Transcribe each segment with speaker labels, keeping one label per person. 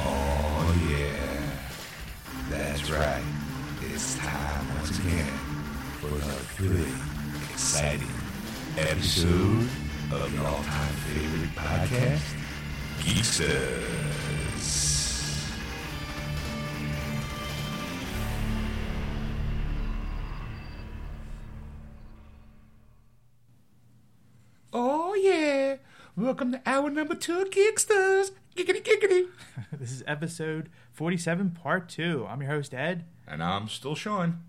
Speaker 1: Oh, episode of your all-time favorite podcast, Geeksters. Oh yeah! Welcome to hour number two of Geeksters. Giggity giggity.
Speaker 2: This is episode 47, part two. I'm your host, Ed.
Speaker 1: And I'm still Sean.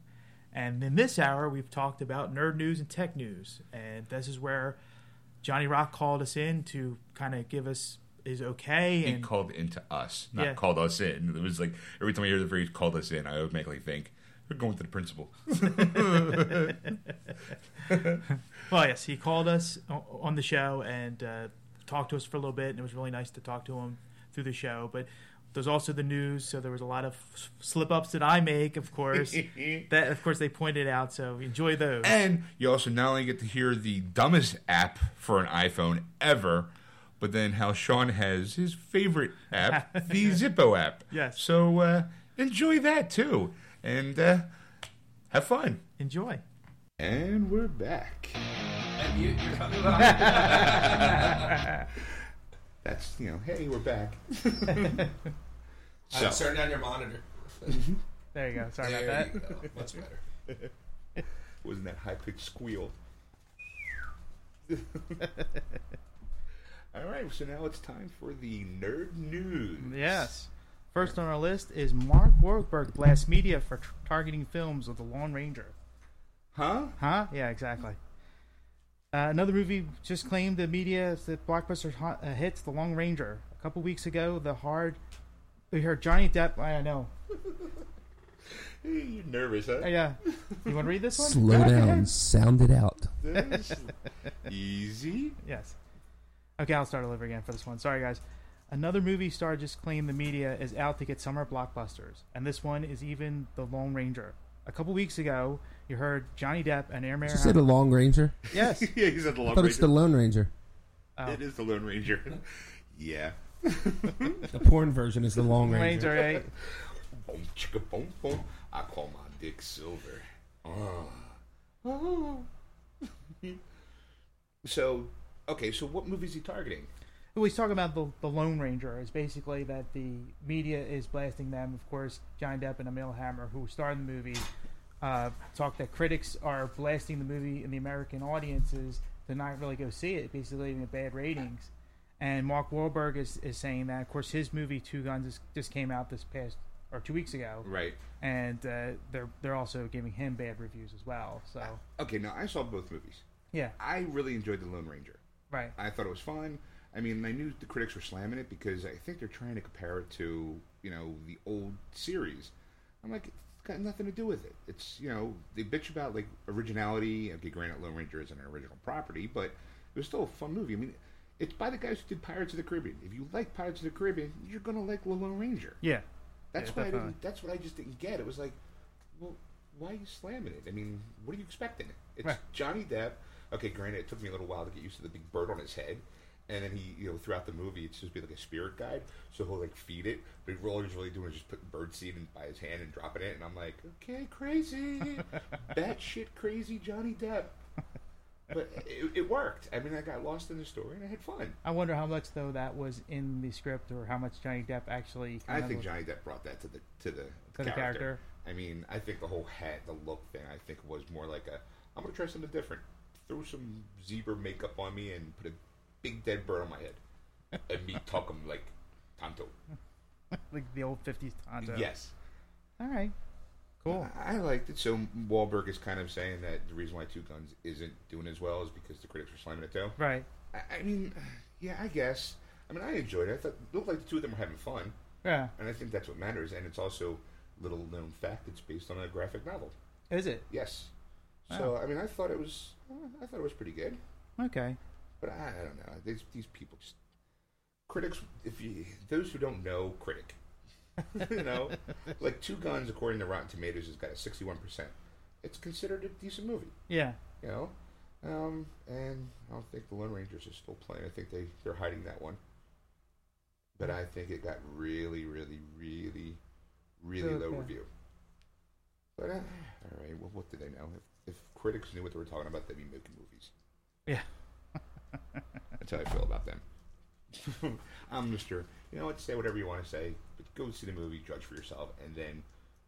Speaker 2: And in this hour, we've talked about nerd news and tech news. And this is where Johnny Rock called us in to kind of give us his okay.
Speaker 1: He
Speaker 2: And
Speaker 1: called into us, not
Speaker 2: Yeah.
Speaker 1: called us in. It was like every time I hear the phrase "called us in," I automatically think they're going to the principal.
Speaker 2: well, yes, he called us o- on the show and uh, talked to us for a little bit. And it was really nice to talk to him through the show. But there's also the news. So there was a lot of slip ups that I make, of course. that, of course, they pointed out. So enjoy those.
Speaker 1: And you also not only get to hear the dumbest app for an iPhone ever, but then how Sean has his favorite app, the Zippo app.
Speaker 2: Yes.
Speaker 1: So uh, enjoy that too, and uh, have fun.
Speaker 2: Enjoy.
Speaker 1: And we're back. That's you know, hey, we're back.
Speaker 3: Uh, turn down your monitor.
Speaker 2: There you go. Sorry
Speaker 3: There
Speaker 2: about that.
Speaker 3: you go. Much better.
Speaker 1: Wasn't that high pitched squeal? All right, so now it's time for the nerd news.
Speaker 2: Yes. First on our list is Mark Wahlberg blasts media for tr- targeting films with The Lone Ranger.
Speaker 1: Huh?
Speaker 2: Huh? Yeah, exactly. Uh, another movie just claimed the media that blockbuster ho- uh, hits The Lone Ranger. A couple weeks ago, the hard we heard Johnny Depp. I know.
Speaker 1: Hey, you're nervous, huh?
Speaker 2: Uh, yeah. You want to read this one?
Speaker 4: Slow down, sound it out.
Speaker 1: This- Easy.
Speaker 2: Yes. Okay, I'll start all over again for this one. Sorry, guys. Another movie star just claimed the media is out to get summer blockbusters, and this one is even The Lone Ranger. A couple weeks ago, you heard Johnny Depp and Air Mayor.
Speaker 4: Did you say the Long Ranger?
Speaker 2: yes.
Speaker 1: yeah, he's at the
Speaker 4: I
Speaker 1: Lone
Speaker 4: thought it's
Speaker 1: Ranger.
Speaker 4: the Lone Ranger.
Speaker 1: It is the Lone Ranger. yeah.
Speaker 4: The porn version is the Long Ranger.
Speaker 2: Ranger, right?
Speaker 1: Boom, chicka, boom, boom. I call my dick silver. Ah. so, okay, so what movie is he targeting?
Speaker 2: Well, He's talking about the, the Lone Ranger. Is basically that the media is blasting them. Of course, Johnny Depp and Emil Hammer, who starred in the movie, uh, talk that critics are blasting the movie and the American audiences to not really go see it, basically giving it bad ratings. And Mark Wahlberg is, is saying that. Of course, his movie Two Guns is, just came out this past or two weeks ago,
Speaker 1: Right.
Speaker 2: and uh, they're they're also giving him bad reviews as well. So
Speaker 1: Okay, now I saw both movies.
Speaker 2: yeah,
Speaker 1: I really enjoyed The Lone Ranger.
Speaker 2: right.
Speaker 1: I thought it was fun. I mean, I knew the critics were slamming it because I think they're trying to compare it to, you know, the old series. I'm like, it's got nothing to do with it. It's, you know, they bitch about, like, originality. Okay, granted, Lone Ranger isn't an original property, but it was still a fun movie. I mean, it's by the guys who did Pirates of the Caribbean. If you like Pirates of the Caribbean, you're going to like The Lone Ranger.
Speaker 2: Yeah,
Speaker 1: That's
Speaker 2: Yeah,
Speaker 1: why I
Speaker 2: definitely.
Speaker 1: didn't, that's what I just didn't get. It was like, well, why are you slamming it? I mean, what are you expecting? It's
Speaker 2: Right.
Speaker 1: Johnny Depp. Okay, granted, it took me a little while to get used to the big bird on his head, and then he, you know, throughout the movie, it's just be like a spirit guide, so he'll like feed it. But he- all he's really doing is just putting bird seed in by his hand and dropping it, and I'm like, okay, crazy, batshit crazy Johnny Depp. But it, it worked. I mean, I got lost in the story and I had fun.
Speaker 2: I wonder how much though that was in the script, or how much Johnny Depp actually.
Speaker 1: I
Speaker 2: kind of
Speaker 1: think
Speaker 2: was-
Speaker 1: Johnny Depp brought that to the to the,
Speaker 2: the
Speaker 1: character.
Speaker 2: character.
Speaker 1: I mean, I think the whole hat, the look thing, I think was more like a I'm gonna try something different. Throw some zebra makeup on me and put a big dead bird on my head, and me talking like Tonto.
Speaker 2: like the old fifties Tonto.
Speaker 1: Yes,
Speaker 2: All right. Cool.
Speaker 1: I liked it. So Wahlberg is kind of saying that the reason why Two Guns isn't doing as well is because the critics were slamming it too.
Speaker 2: Right.
Speaker 1: I, I mean, yeah, I guess. I mean, I enjoyed it. I thought it looked like the two of them were having fun.
Speaker 2: Yeah.
Speaker 1: And I think that's what matters. And it's also little known fact. It's based on a graphic novel.
Speaker 2: Is it
Speaker 1: Yes. So I mean, I thought it was, I thought it was pretty good.
Speaker 2: okay?
Speaker 1: But I, I don't know. These these people just critics. If you those who don't know, critic. you know, like Two Guns, according to Rotten Tomatoes, has got a sixty-one percent. It's considered a decent movie.
Speaker 2: Yeah.
Speaker 1: You know. Um, and I don't think the Lone Rangers are still playing. I think they, they're hiding that one. But I think it got really, really, really, really low
Speaker 2: Okay.
Speaker 1: review. But uh, all right, well, what do they know? If, if critics knew what they were talking about, they'd be making movies.
Speaker 2: Yeah.
Speaker 1: That's how I feel about them. I'm Mr. You know what? Say whatever you want to say, but go see the movie, judge for yourself, and then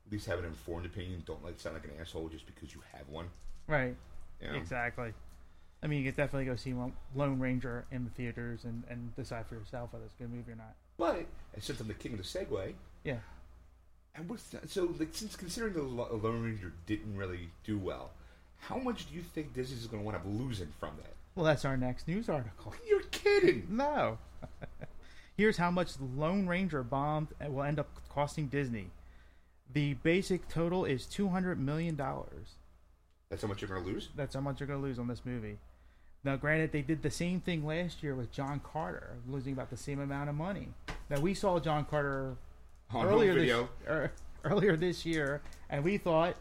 Speaker 1: at least have an informed opinion. Don't like sound like an asshole just because you have one.
Speaker 2: Right.
Speaker 1: You know?
Speaker 2: Exactly. I mean, you could definitely go see Lone- Lone Ranger in the theaters and, and decide for yourself whether it's a good movie or not.
Speaker 1: But and since I'm the king of the segue,
Speaker 2: Yeah.
Speaker 1: and what's that, so like since considering the Lo- Lone Ranger didn't really do well, how much do you think Disney is going to wind up losing from that?
Speaker 2: Well, that's our next news article.
Speaker 1: You're kidding.
Speaker 2: No. Here's how much Lone Ranger bombed and will end up costing Disney. The basic total is two hundred million dollars.
Speaker 1: That's how much you're going to lose.
Speaker 2: That's how much you're gonna lose on this movie. Now, granted, they did the same thing last year with John Carter, losing about the same amount of money. Now we saw John Carter
Speaker 1: On
Speaker 2: earlier
Speaker 1: home video,
Speaker 2: this er, earlier this year, and we thought,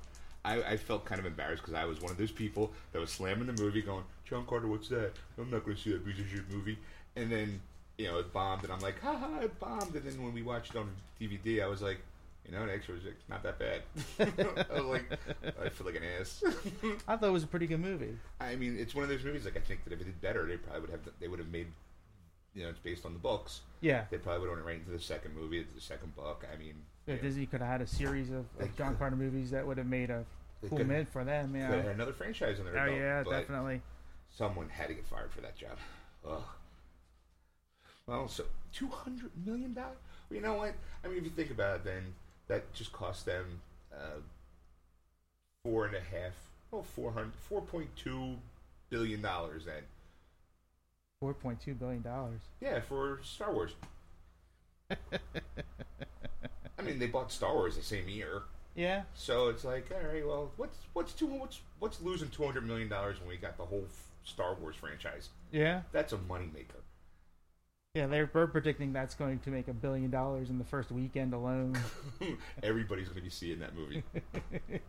Speaker 1: I, I felt kind of embarrassed because I was one of those people that was slamming the movie, going, "John Carter, what's that? I'm not going to see that piece of shit movie." And then you know it bombed, and I'm like, "Ha ha, it bombed!" And then when we watched it on DVD, I was like, "You know, it actually was like, not that bad." I was like, "I feel like an ass."
Speaker 2: I thought it was a pretty good movie.
Speaker 1: I mean, it's one of those movies. Like I think that if it did better, they probably would have. They would have made. You know, it's based on the books.
Speaker 2: Yeah,
Speaker 1: They probably would have went right into the second movie, into the second book. I mean,
Speaker 2: Yeah,
Speaker 1: you know,
Speaker 2: Disney could have had a series of,
Speaker 1: They
Speaker 2: of John
Speaker 1: could.
Speaker 2: Carter movies that would have made a
Speaker 1: They
Speaker 2: cool
Speaker 1: could.
Speaker 2: mint for them.
Speaker 1: they
Speaker 2: Yeah.
Speaker 1: had another franchise on their
Speaker 2: Oh
Speaker 1: belt,
Speaker 2: yeah,
Speaker 1: but-
Speaker 2: definitely.
Speaker 1: Someone had to get fired for that job. Ugh. Well, so two hundred million dollars. Well, you know what? I mean, if you think about it, then that just cost them uh, four and a half, well, four hundred, four point two billion dollars. Then,
Speaker 2: Four point two billion dollars.
Speaker 1: yeah, for Star Wars. I mean, they bought Star Wars the same year,
Speaker 2: Yeah,
Speaker 1: so it's like, all right, well, what's what's two what's what's losing two hundred million dollars when we got the whole f- Star Wars franchise?
Speaker 2: yeah,
Speaker 1: That's a moneymaker.
Speaker 2: yeah. They're, they're predicting that's going to make a billion dollars in the first weekend alone.
Speaker 1: Everybody's going to be seeing that movie.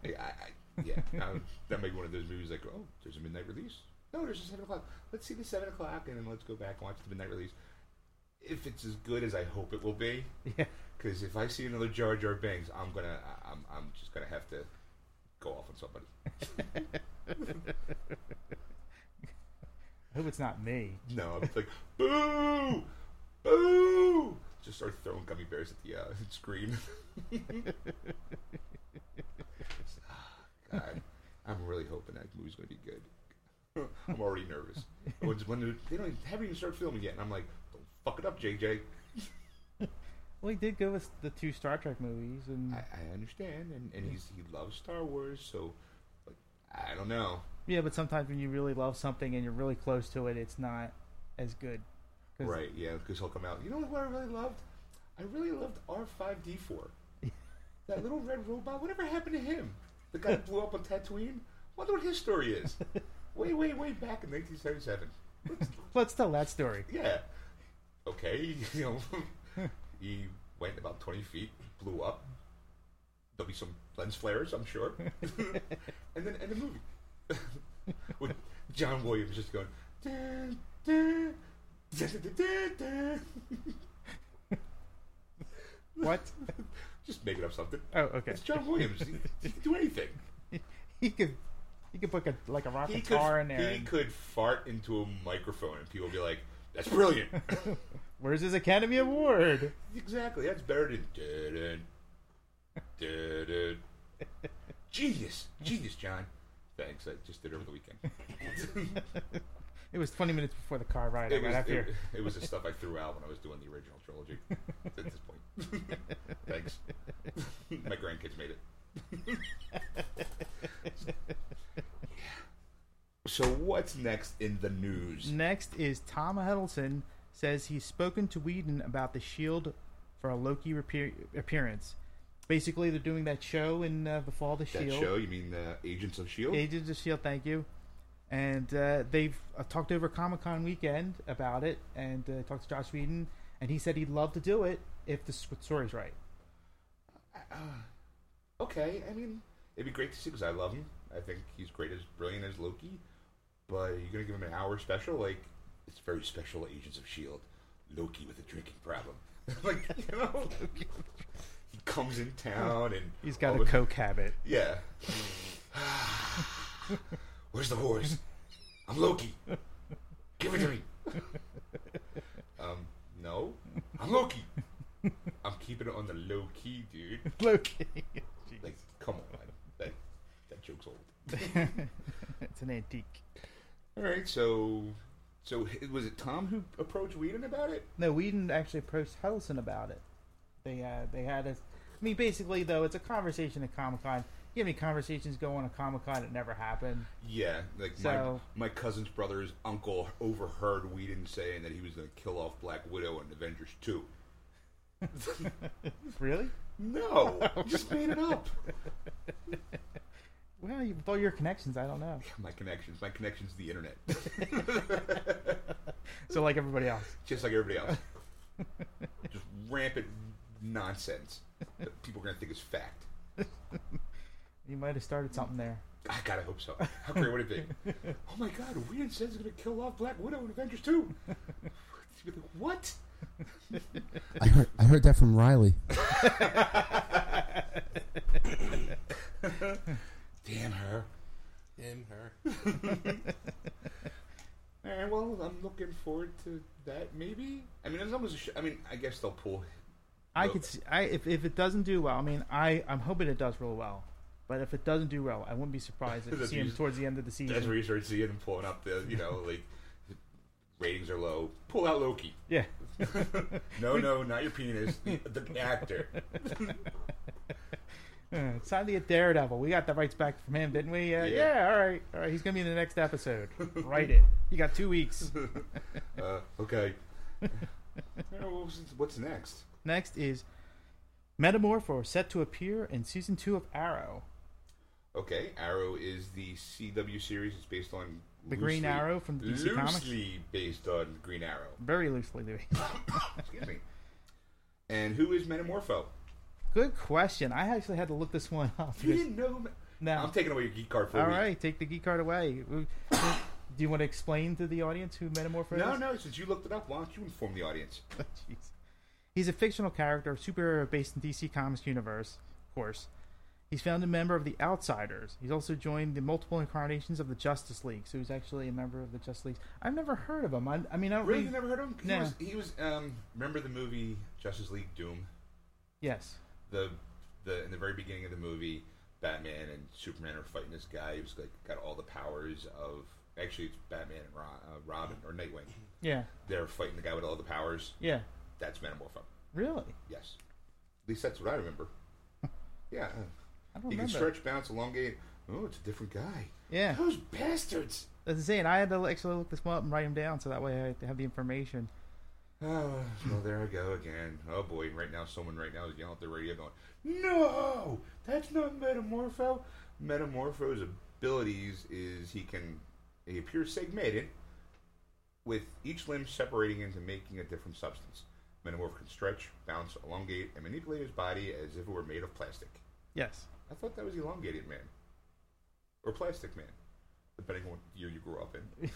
Speaker 1: yeah, I, I, yeah now, that may be one of those movies like, oh, there's a midnight release. No, there's a seven o'clock. Let's see the seven o'clock, and then let's go back and watch the midnight release. If it's as good as I hope it will be,
Speaker 2: yeah,
Speaker 1: because if I see another Jar Jar Binks, I'm gonna, I- I'm, I'm just gonna have to go off on somebody.
Speaker 2: I hope it's not me.
Speaker 1: No, I'm just like, boo, boo. Just start throwing gummy bears at the uh, screen. God, I'm really hoping that movie's going to be good. I'm already nervous. When- when they they don't even, haven't even started filming yet, and I'm like, don't fuck it up, JJ.
Speaker 2: Well, he did go with the two Star Trek movies, and
Speaker 1: I, I understand, and, and he's he loves Star Wars, so but I don't know.
Speaker 2: yeah, but sometimes when you really love something and you're really close to it, it's not as good. 'Cause-
Speaker 1: Right? Yeah, because he'll come out. You know what I really loved? I really loved R5D4. that little red robot. Whatever happened to him? The guy who blew up on Tatooine. Wonder what his story is. way, way, way back in 1977. Let's-
Speaker 2: Let's tell that story.
Speaker 1: yeah, okay, you know, he went about 20 feet, blew up. There'll be some lens flares, I'm sure. and then end the movie. With John Williams just going, dun, dun, dun, dun, dun, dun, dun."
Speaker 2: What?
Speaker 1: just making up something.
Speaker 2: Oh, okay.
Speaker 1: It's John Williams. He, he can do anything.
Speaker 2: He could, he could put a, like a rock
Speaker 1: He could,
Speaker 2: guitar in there.
Speaker 1: he
Speaker 2: and-
Speaker 1: could fart into a microphone and people would be like, that's brilliant.
Speaker 2: Where's his Academy Award?
Speaker 1: Exactly. That's better than dun, dun, dun. genius, genius, John. Thanks. I just did it over the weekend.
Speaker 2: It was 20 minutes before the car ride. I
Speaker 1: It
Speaker 2: got
Speaker 1: was,
Speaker 2: up here.
Speaker 1: it, it was the stuff I threw out when I was doing the original trilogy. at this point, thanks. My grandkids made it. so what's next in the news?
Speaker 2: Next is Tom Hiddleston says he's spoken to Whedon about the Shield for a Loki repe- appearance. Basically, they're doing that show in uh, the fall of the
Speaker 1: That
Speaker 2: Shield.
Speaker 1: show? You mean uh, Agents of Shield?
Speaker 2: Agents of Shield, E thank you. And uh, they've uh, talked over Comic Con weekend about it, and uh, talked to Josh Whedon, and he said he'd love to do it if the s- story's right.
Speaker 1: okay, I mean, it'd be great to see because I love him. I think he's great as brilliant as Loki. But are you gonna give him an hour special? Like, it's very special. Agents of Shield, E Loki with a drinking problem. like, you know, he comes in town and
Speaker 2: He's got
Speaker 1: all
Speaker 2: a
Speaker 1: of-
Speaker 2: coke habit.
Speaker 1: Yeah. Where's the horse? I'm Loki. Give it to me. um, no, I'm Loki. I'm keeping it on the low key, dude.
Speaker 2: Loki.
Speaker 1: Like, come on, that that joke's old.
Speaker 2: it's an antique.
Speaker 1: All right, so so h- was it Tom who approached Whedon about it?
Speaker 2: No, Whedon actually approached Hellison about it. They uh, they had us. I mean, basically though, it's a conversation at Comic Con. You have any conversations go on at Comic Con that never happen?
Speaker 1: Yeah, like
Speaker 2: So-
Speaker 1: my my cousin's brother's uncle overheard Whedon saying that he was going to kill off Black Widow in Avengers Two.
Speaker 2: Really?
Speaker 1: No, you just made it up.
Speaker 2: Well, you, with all your connections, I don't know.
Speaker 1: My connections, my connections, to the internet,
Speaker 2: So like everybody else,
Speaker 1: just like everybody else, just rampant nonsense that people are going to think is fact.
Speaker 2: you might have started something there.
Speaker 1: I gotta hope so. How great would it be? oh my god, Whedon says he's gonna kill off Black Widow in Avengers 2. what?
Speaker 4: I heard, I heard that from Riley.
Speaker 1: Damn her.
Speaker 3: Him, her.
Speaker 1: Alright, Eh, well, I'm looking forward to that, maybe? I mean, as long as. the Sh- I mean, I guess they'll pull.
Speaker 2: I
Speaker 1: Well-
Speaker 2: could see, I if, if it doesn't do well, I mean, I I'm hoping it does real well. But if it doesn't do well, I wouldn't be surprised if you
Speaker 1: That'd
Speaker 2: see
Speaker 1: be-
Speaker 2: him towards the end of the
Speaker 1: That's
Speaker 2: season.
Speaker 1: where you start seeing them pulling up the, you know, like, ratings are low. Pull out Loki.
Speaker 2: Yeah,
Speaker 1: No, no, not your penis. The, the actor.
Speaker 2: Uh, it's time to get Daredevil. We got the rights back from him, didn't we? Uh, yeah.
Speaker 1: Yeah.
Speaker 2: All right. All right. He's gonna be in the next episode. Write it. You got two weeks.
Speaker 1: Uh, okay. Alright, Eh, well, what's- what's next?
Speaker 2: Next is Metamorpho set to appear in season two of Arrow.
Speaker 1: Okay, Arrow is the CW series. It's based on
Speaker 2: The Green Arrow from the
Speaker 1: loosely
Speaker 2: DC Comics?
Speaker 1: based on Green Arrow.
Speaker 2: Very loosely, Louis.
Speaker 1: Excuse me. And who is Metamorpho?
Speaker 2: Good question. I actually had to look this one up.
Speaker 1: You didn't know. Me-
Speaker 2: No.
Speaker 1: I'm taking away your geek card for a
Speaker 2: All
Speaker 1: week.
Speaker 2: right, take the geek card away. Do you want to explain to the audience who Metamorpho
Speaker 1: No,
Speaker 2: is?
Speaker 1: no. Since you looked it up, why don't you inform the audience?
Speaker 2: Jeez. He's a fictional character, superhero based in DC Comics universe, of course. He's found a member of the Outsiders. He's also joined the multiple incarnations of the Justice League, so he's actually a member of the Justice League. I've never heard of him. I, I mean, I don't
Speaker 1: Really, you
Speaker 2: read-
Speaker 1: never heard of him? He
Speaker 2: No.
Speaker 1: was. He was. Um, remember the movie Justice League Doom?
Speaker 2: Yes.
Speaker 1: The the in the very beginning of the movie, Batman and Superman are fighting this guy who's like got all the powers of. Actually, it's Batman and Ro- uh, Robin or Nightwing.
Speaker 2: Yeah.
Speaker 1: They're fighting the guy with all the powers.
Speaker 2: Yeah.
Speaker 1: That's Metamorpho.
Speaker 2: Really?
Speaker 1: Yes. At least that's what I remember. Yeah.
Speaker 2: I don't
Speaker 1: He can
Speaker 2: remember.
Speaker 1: stretch, bounce, elongate. Oh, it's a different guy.
Speaker 2: Yeah.
Speaker 1: Those bastards.
Speaker 2: That's insane. I had to actually look this one up and write him down so that way I have the information.
Speaker 1: Oh, well, there I go again. Oh, boy. Right now, someone right now is yelling at the radio going, No! That's not Metamorpho. Metamorpho's abilities is he can... He appears segmented, with each limb separating into making a different substance. Metamorph can stretch, bounce, elongate, and manipulate his body as if it were made of plastic.
Speaker 2: Yes.
Speaker 1: I thought that was Elongated Man. Or Plastic Man. Depending on what year you grew up in.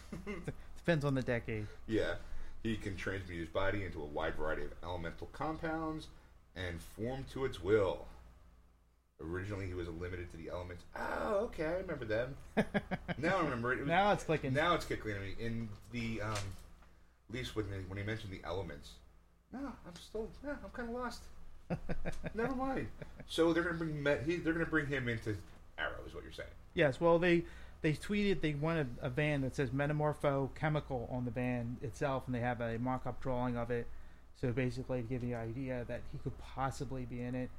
Speaker 2: Depends on the decade.
Speaker 1: Yeah. He can transmute his body into a wide variety of elemental compounds and form to its will. Originally, he was limited to the elements. Oh, okay, I remember them. now I remember it. it was,
Speaker 2: Now it's clicking.
Speaker 1: now it's kicking in me. In the, um, at least when, they, when he mentioned the elements. No, I'm still, no, I'm kind of lost. Never mind. So they're gonna bring Met, he, they're gonna bring him into Arrow, is what you're saying.
Speaker 2: Yes. Well, they they tweeted they wanted a van that says Metamorpho Chemical on the van itself, and they have a mock-up drawing of it. So basically, to give the idea that he could possibly be in it.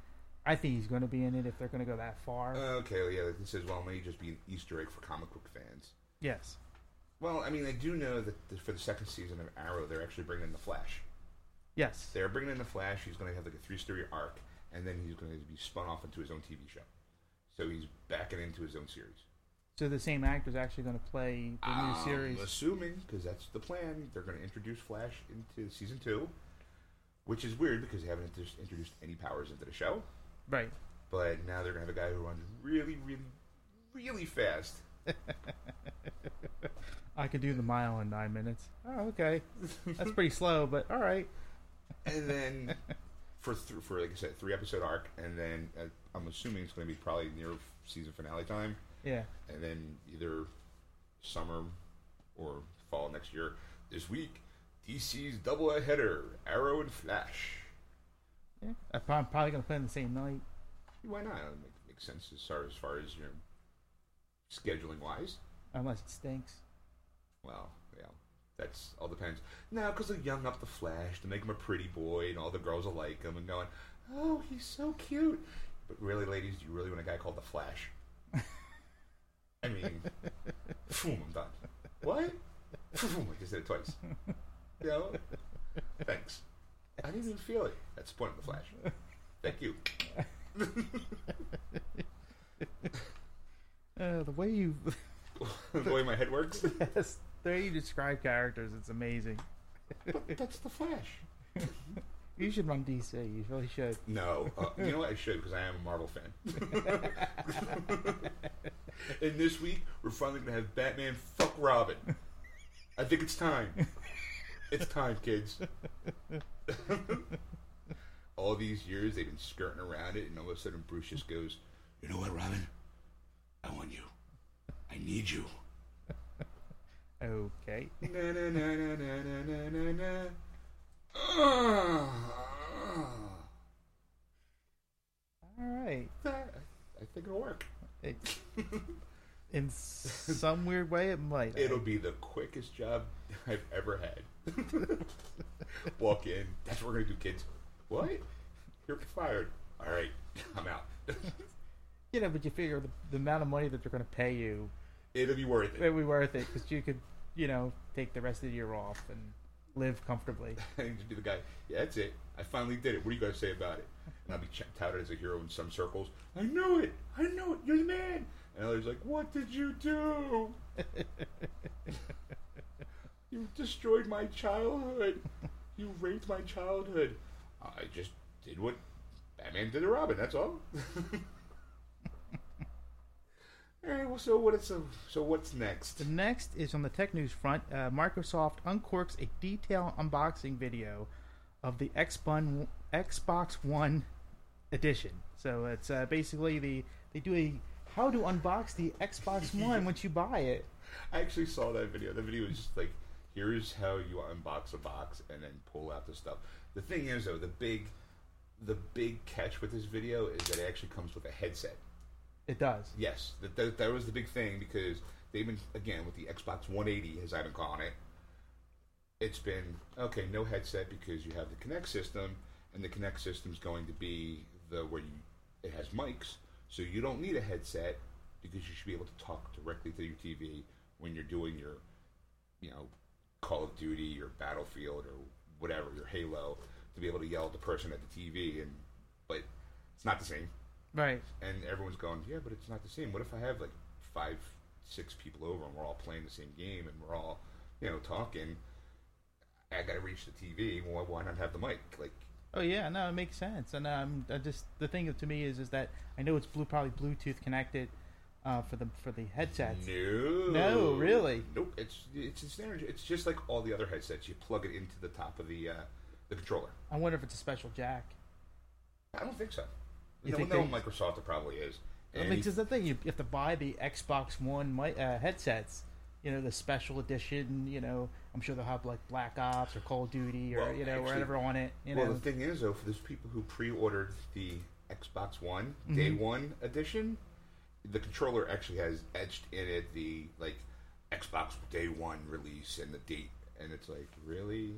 Speaker 2: I think he's going to be in it if they're going to go that far.
Speaker 1: Okay, well, yeah, this is well, may just be an Easter egg for comic book fans.
Speaker 2: yes.
Speaker 1: Well, I mean, I do know that the, for the second season of Arrow, they're actually bringing in the Flash.
Speaker 2: Yes.
Speaker 1: They're bringing in the Flash. He's going to have like a three-story arc, and then he's going to be spun off into his own TV show. So he's backing into his own series.
Speaker 2: So the same actor's actually going to play the new
Speaker 1: I'm
Speaker 2: series.
Speaker 1: assuming because that's the plan. They're going to introduce Flash into season two, which is weird because they haven't introduced- introduced any powers into the show.
Speaker 2: Right.
Speaker 1: But now they're going to have a guy who runs really, really, really fast.
Speaker 2: I could do the mile in nine minutes. Oh, okay. That's pretty slow, but all right.
Speaker 1: and then for th- for like I said, three episode arc, and then uh, I'm assuming it's going to be probably near season finale time,
Speaker 2: Yeah.
Speaker 1: and then either summer or fall next year This week, DC's double header, Arrow and Flash.
Speaker 2: Yeah. I'm prob- probably going to play on the same night.
Speaker 1: Why not? It make- makes sense as far as, far as you know, scheduling wise.
Speaker 2: Unless it stinks.
Speaker 1: Well, yeah, that's all depends. No, because they young up the Flash to make him a pretty boy, and all the girls will like him and going, "Oh, he's so cute." But really, ladies, do you really want a guy called the Flash? I mean, boom, I'm done. What? Boom, I just did it twice. You know? Thanks. I didn't even feel it. That's the point of the Flash. Thank you.
Speaker 2: Uh, the way you.
Speaker 1: the way my head works.
Speaker 2: yes, the way you describe characters, it's amazing.
Speaker 1: But that's the Flash.
Speaker 2: You should run DC. You really should.
Speaker 1: No, uh, you know what? I should because I am a Marvel fan. and this week we're finally gonna have Batman fuck Robin. I think it's time. It's time, kids. All these years they've been skirting around it, and all of a sudden Bruce just goes, "You know what, Robin? I want you. I need you."
Speaker 2: Okay.
Speaker 1: Na, na, na, na, na, na, na, na, na. Ah.
Speaker 2: All right.
Speaker 1: That- I think it'll work.
Speaker 2: It- in some weird way, it might.
Speaker 1: It'll be the quickest job I've ever had. Walk in. That's what we're gonna do, kids. What? You're fired. All right, I'm out.
Speaker 2: you know, but you figure the, the amount of money that they're going to pay you,
Speaker 1: It'll be worth it.
Speaker 2: it'd be worth it because you could, you know, take the rest of the year off and live comfortably.
Speaker 1: And just be the guy. Yeah, that's it. I finally did it. What are you guys say about it? And I'll be ch- touted as a hero in some circles. I knew it. I knew it. You're the man. And others like, what did you do? you destroyed my childhood. You raped my childhood. I just did what Batman did to Robin. That's all. all right. Well, so what is so, so what's next?
Speaker 2: The next is on the tech news front. Uh, Microsoft uncorks a detailed unboxing video of the Xbun, Xbox One edition. So it's uh, basically the they do a how to unbox the Xbox One once you buy it.
Speaker 1: I actually saw that video. That video was just like, here's how you unbox a box and then pull out the stuff. The thing is, though, the big, the big catch with this video is that it actually comes with a headset.
Speaker 2: It does.
Speaker 1: Yes, that that, that was the big thing because they've been again with the Xbox 180, as I've been calling it. It's been okay, no headset because you have the Kinect system, and the Kinect system's going to be the where you it has mics, so you don't need a headset because you should be able to talk directly to your TV when you're doing your, you know, Call of Duty or Battlefield or whatever your Halo to be able to yell at the person at the TV, and but it's not the same
Speaker 2: Right.
Speaker 1: and everyone's going, yeah, but it's not the same. What if I have like five, six people over and we're all playing the same game and we're all, you know, talking? I got to reach the TV. Why, why not have the mic? Like,
Speaker 2: Oh yeah, no, it makes sense. And um, I just the thing to me is is that I know it's blue probably Bluetooth connected uh, for the for the headsets.
Speaker 1: Mm. no,
Speaker 2: No, really?
Speaker 1: nope. It's it's an standard. It's just like all the other headsets. You plug it into the top of the uh, the controller.
Speaker 2: I wonder if it's a special jack.
Speaker 1: I don't think so.
Speaker 2: You
Speaker 1: no,
Speaker 2: think
Speaker 1: no,
Speaker 2: they-
Speaker 1: Microsoft it probably is.
Speaker 2: I
Speaker 1: And
Speaker 2: mean, 'cause the thing you you have to buy the Xbox One mi- uh, headsets. You know the special edition. You know I'm sure they'll have like Black Ops or Call of Duty or
Speaker 1: Well,
Speaker 2: you know
Speaker 1: actually-
Speaker 2: whatever on it. You
Speaker 1: well,
Speaker 2: know
Speaker 1: the thing is, though, for those people who pre-ordered the Xbox One Day One edition, the controller actually has etched in it the like Xbox Day One release and the date, and it's like really,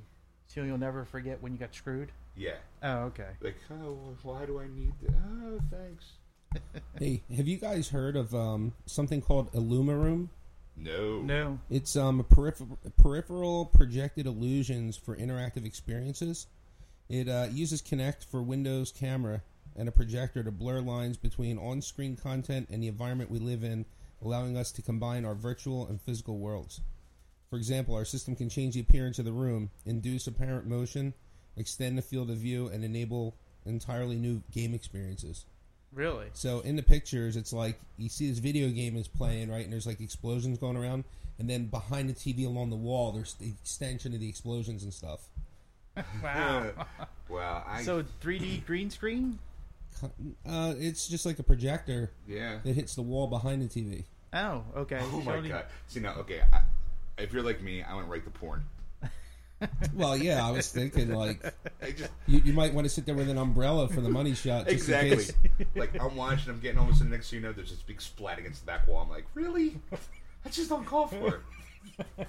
Speaker 2: so you'll never forget when you got screwed.
Speaker 1: yeah,
Speaker 2: Oh okay.
Speaker 1: like oh, why do I need? The, oh, thanks.
Speaker 4: Hey, have you guys heard of um, something called Illumaroom?
Speaker 1: No,
Speaker 2: No.
Speaker 4: It's um, a peripher- peripheral projected illusions for interactive experiences. It uh, uses Kinect for Windows camera and a projector to blur lines between on screen content and the environment we live in, allowing us to combine our virtual and physical worlds. For example, our system can change the appearance of the room, induce apparent motion, extend the field of view, and enable entirely new game experiences.
Speaker 2: Really?
Speaker 4: So in the pictures, it's like you see this video game is playing, right? And there's like explosions going around, and then behind the TV along the wall, there's the extension of the explosions and stuff.
Speaker 2: Wow.
Speaker 1: well, I
Speaker 2: so 3D green screen.
Speaker 4: Uh, it's just like a projector
Speaker 1: yeah.
Speaker 4: that hits the wall behind the TV.
Speaker 2: Oh okay.
Speaker 1: Oh
Speaker 2: It's
Speaker 1: my
Speaker 2: only-
Speaker 1: god! See now, okay, I, if you're like me, I went right to porn.
Speaker 4: Well, yeah, I was thinking like
Speaker 1: I just
Speaker 4: you, you might want to sit there with an umbrella for the money shot. Just In
Speaker 1: exactly
Speaker 4: case.
Speaker 1: like I'm watching. I'm getting almost to the next thing you know, there's this big splat against the back wall. I'm like, really? I just don't call for it.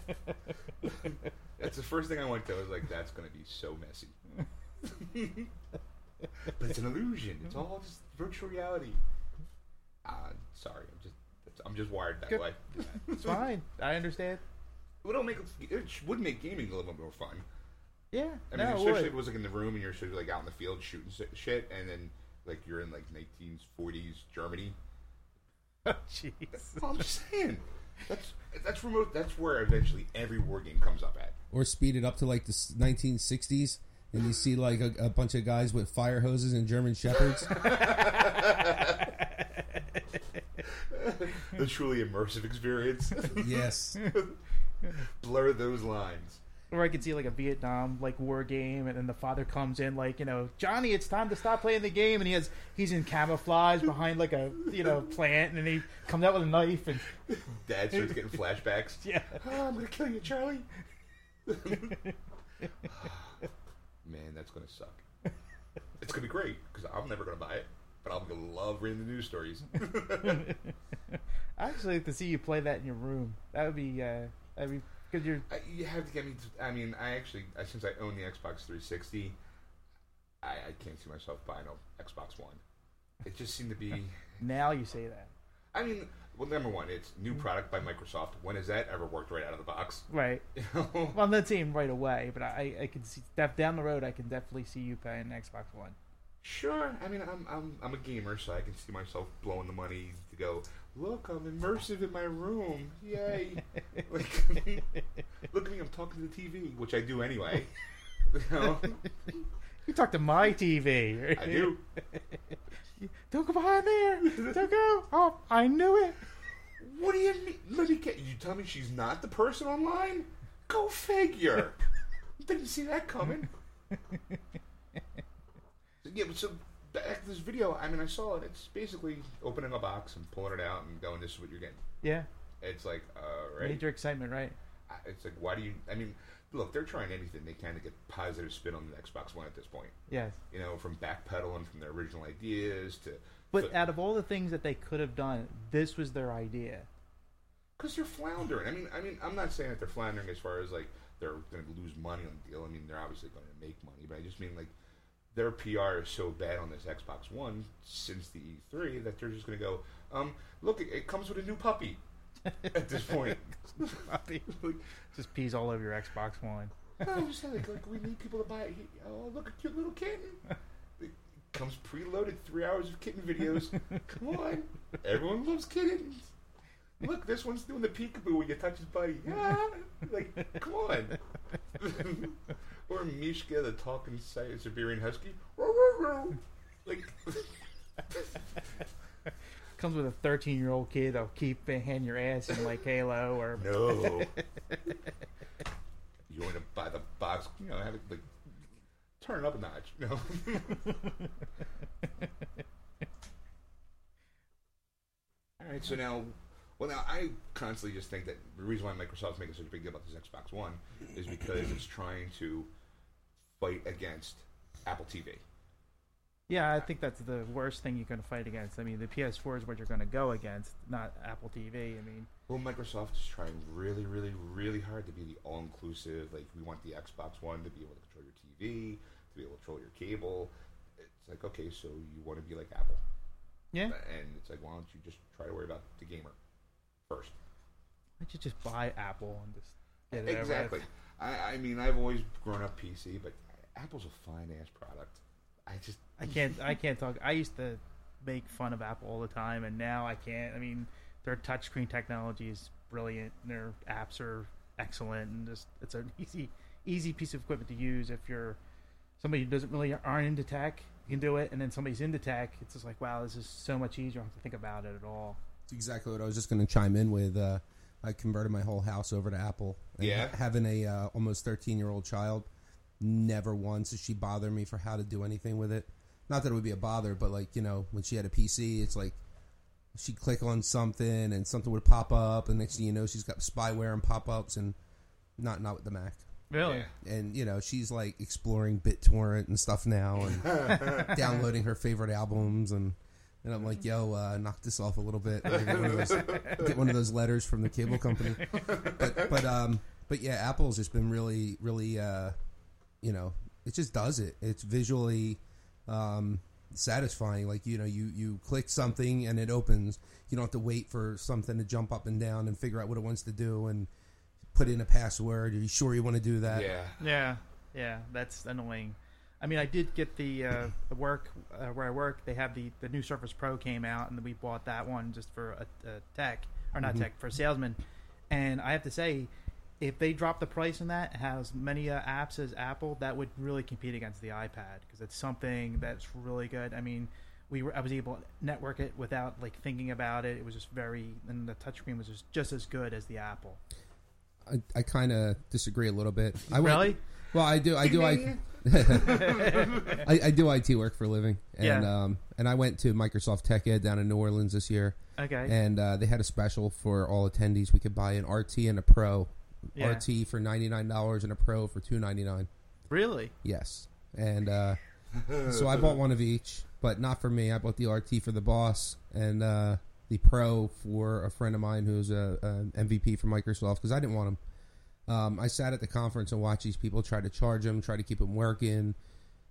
Speaker 1: that's the first thing I went to. I was like, that's going to be so messy. but it's an illusion. It's all just virtual reality. Uh, sorry, I'm just I'm just wired that
Speaker 2: Good.
Speaker 1: way.
Speaker 2: It's fine. I understand.
Speaker 1: It'll make it would make gaming a little bit more fun.
Speaker 2: Yeah.
Speaker 1: I mean,
Speaker 2: no, it
Speaker 1: especially
Speaker 2: would.
Speaker 1: if it was like in the room and you're sort of like out in the field shooting s- shit, and then like you're in like 1940s Germany.
Speaker 2: Jeez.
Speaker 1: Well, I'm just saying. That's that's remote. That's where eventually every war game comes up at.
Speaker 4: or speed it up to like the s- 1960s, and you see like a, a bunch of guys with fire hoses and German shepherds.
Speaker 1: The truly immersive experience.
Speaker 4: yes,
Speaker 1: Blur those lines.
Speaker 2: Or I could see like a Vietnam like war game, and then the father comes in like you know Johnny, it's time to stop playing the game, and he has he's in camouflage behind like a you know plant, and then he comes out with a knife, and
Speaker 1: Dad starts getting flashbacks.
Speaker 2: yeah,
Speaker 1: Oh, I'm gonna kill you, Charlie. Man, that's gonna suck. It's gonna be great because I'm never gonna buy it, but I'm gonna love reading the news stories.
Speaker 2: I actually like to see you play that in your room. That would be uh, that'd be because you're
Speaker 1: I, you have to get me. To, I mean, I actually, I, since I own the Xbox 360, I, I can't see myself buying an Xbox One. It just seemed to be.
Speaker 2: now you say that
Speaker 1: I mean, well, number one, it's new product by Microsoft. When has that ever worked right out of the box?
Speaker 2: right.
Speaker 1: You know?
Speaker 2: Well, I'm not saying right away, but I I could see that down the road. I can definitely see you playing Xbox One.
Speaker 1: Sure. I mean, I'm, I'm I'm a gamer, so I can see myself blowing the money to go. Look, I'm immersive in my room. Yay! like, look at me, I'm talking to the TV, which I do anyway. you know?
Speaker 2: You talk to my TV.
Speaker 1: I do.
Speaker 2: Don't go behind there. Don't go. Oh, I knew it.
Speaker 1: What do you mean? Let me get you. Tell me she's not the person online. Go figure. Didn't see that coming. So, yeah, but so back to this video. I mean, I saw it. It's basically opening a box and pulling it out and going, "This is what you're getting."
Speaker 2: Yeah,
Speaker 1: It's like, all right.
Speaker 2: major excitement, right?
Speaker 1: I- It's like, why do you? I mean, look, they're trying anything they can to get positive spin on the Xbox One at this point.
Speaker 2: Yes.
Speaker 1: You know, from backpedaling from their original ideas to.
Speaker 2: But out of all the things that they could have done, this was their idea.
Speaker 1: because they're floundering. I mean, I mean, I'm not saying that they're floundering as far as like they're going to lose money on the deal. I mean, they're obviously going to make money, but I just mean like their PR is so bad on this Xbox One since the E3 that they're just going to go, um, look, it, it comes with a new puppy. At this point, like,
Speaker 2: Just pees all over your Xbox One.
Speaker 1: no, I'm just saying, like, like we need people to buy it. He- Oh, look, a cute little kitten. It comes preloaded, three hours of kitten videos. Come on, everyone loves kittens. Look, this one's doing the peekaboo when you touch his buddy. Yeah, like, come on. or Mishka, the talking Si- Siberian husky. Row, row, row. Like,
Speaker 2: Comes with a 13 year old kid. I'll keep and hand your ass and like Halo or
Speaker 1: no. You want to buy the box? You know, have it like turn it up a notch. You know. All right, so now, well, now I constantly just think that the reason why Microsoft's making such a big deal about this Xbox One is because it's trying to fight against Apple TV.
Speaker 2: yeah, I think that's the worst thing you're going to fight against. I mean, the PS4 is what you're going to go against, not Apple TV. I mean,
Speaker 1: Well, Microsoft is trying really, really, really hard to be the all-inclusive. Like, we want the Xbox One to be able to control your TV, to be able to control your cable. It's like, okay, so you want to be like Apple,
Speaker 2: yeah, why
Speaker 1: and it's like, why don't you just try to worry about the gamer first?
Speaker 2: don't you just buy Apple and just get it over with?
Speaker 1: Exactly. I, I mean, I've always grown up PC, but Apple's a fine ass product. I just
Speaker 2: I can't. I can't talk. I used to make fun of Apple all the time, and now I can't. I mean, their touchscreen technology is brilliant. And their apps are excellent, and just it's an easy, easy piece of equipment to use if you're somebody who doesn't really aren't into tech. You can do it, and then somebody's into tech. It's just like, wow, this is so much easier. I don't have to think about it at all.
Speaker 4: It's exactly what I was just going to chime in with. Uh, I converted my whole house over to Apple. And
Speaker 1: Yeah.
Speaker 4: ha- having a uh, almost thirteen year old child, never once did she bother me for how to do anything with it. Not that it would be a bother, but like you know, when she had a PC, it's like she'd click on something and something would pop up, and next thing you know, she's got spyware and pop ups, and not not with the Mac.
Speaker 2: Really?
Speaker 1: Yeah.
Speaker 4: and you know she's like exploring BitTorrent and stuff now, and downloading her favorite albums and. And I'm like, yo, uh, knock this off a little bit. Like, get, one of those, get one of those letters from the cable company. But but um but yeah, Apple's just been really really uh, you know it just does it. It's visually um, satisfying. Like you know you you click something and it opens. You don't have to wait for something to jump up and down and figure out what it wants to do and put in a password. Are you sure you want to do that?
Speaker 1: Yeah.
Speaker 2: Yeah, yeah, that's annoying. I mean, I did get the uh, the work uh, where I work. They have the the new Surface Pro came out, and we bought that one just for a, a tech or
Speaker 4: Mm-hmm.
Speaker 2: not tech for a salesman. And I have to say, if they drop the price on that, and have as many uh, apps as Apple, that would really compete against the iPad because it's something that's really good. I mean. We were, I was able to network it without like thinking about it. It was just very, and the touchscreen was just, just as good as the Apple.
Speaker 4: I, I kind of disagree a little bit. I
Speaker 2: Really?
Speaker 4: Well, I do. I do. I, I I do IT work for a living, and
Speaker 2: Yeah.
Speaker 4: um, and I went to Microsoft Tech Ed down in New Orleans this year,
Speaker 2: Okay.
Speaker 4: and uh, they had a special for all attendees. We could buy an RT and a Pro,
Speaker 2: Yeah.
Speaker 4: RT for ninety nine dollars and a Pro for two ninety nine.
Speaker 2: really?
Speaker 4: Yes, and uh, so I bought one of each, but not for me. I bought the RT for the boss and uh, the Pro for a friend of mine who's uh, a, a MVP for Microsoft because I didn't want them. Um, I sat at the conference and watched these people try to charge them, try to keep them working,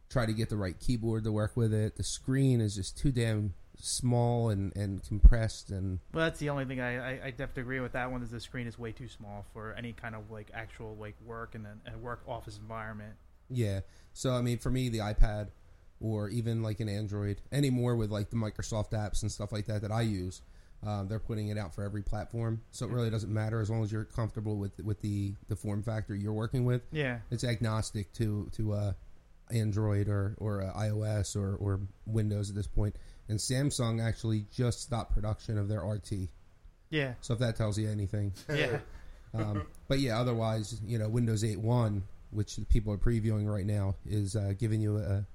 Speaker 4: try to get the right keyboard to work with it. The screen is just too damn small and, and compressed and
Speaker 2: Well, that's the only thing I, I, I have to agree with that one is the screen is way too small for any kind of like actual like work and a work office environment.
Speaker 4: Yeah. So I mean, for me, the iPad or even like an Android anymore with like the Microsoft apps and stuff like that that I use, um, they're putting it out for every platform. So it really doesn't matter as long as you're comfortable with with the the form factor you're working with.
Speaker 2: Yeah,
Speaker 4: It's agnostic to to uh, Android or or uh, iOS or or Windows at this point. And Samsung actually just stopped production of their RT.
Speaker 2: yeah,
Speaker 4: So if that tells you anything.
Speaker 2: yeah,
Speaker 4: Um, but yeah, otherwise, you know, Windows 8.1, which the people are previewing right now, is uh, giving you a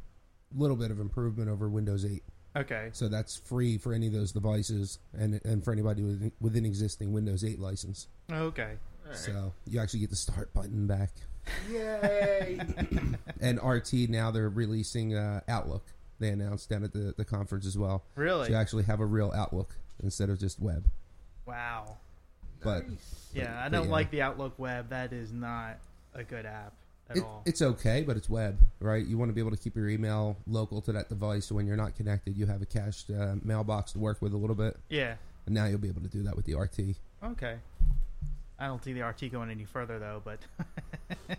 Speaker 4: little bit of improvement over Windows 8.
Speaker 2: okay,
Speaker 4: So that's free for any of those devices and and for anybody with, with an existing Windows 8 license.
Speaker 2: okay.
Speaker 4: So you actually get the start button back.
Speaker 1: Yay!
Speaker 4: And RT now they're releasing uh, Outlook. They announced down at the, the conference as well.
Speaker 2: Really?
Speaker 4: So you actually have a real Outlook instead of just web.
Speaker 2: Wow.
Speaker 4: But
Speaker 2: Yeah, I
Speaker 4: But
Speaker 2: don't
Speaker 4: yeah.
Speaker 2: like the Outlook Web. That is not a good app at
Speaker 4: It,
Speaker 2: all.
Speaker 4: it's okay, but it's web, right? You want to be able to keep your email local to that device. So when you're not connected, you have a cached uh, mailbox to work with a little bit.
Speaker 2: yeah.
Speaker 4: And now you'll be able to do that with the RT.
Speaker 2: Okay. I don't see the RT going any further though, but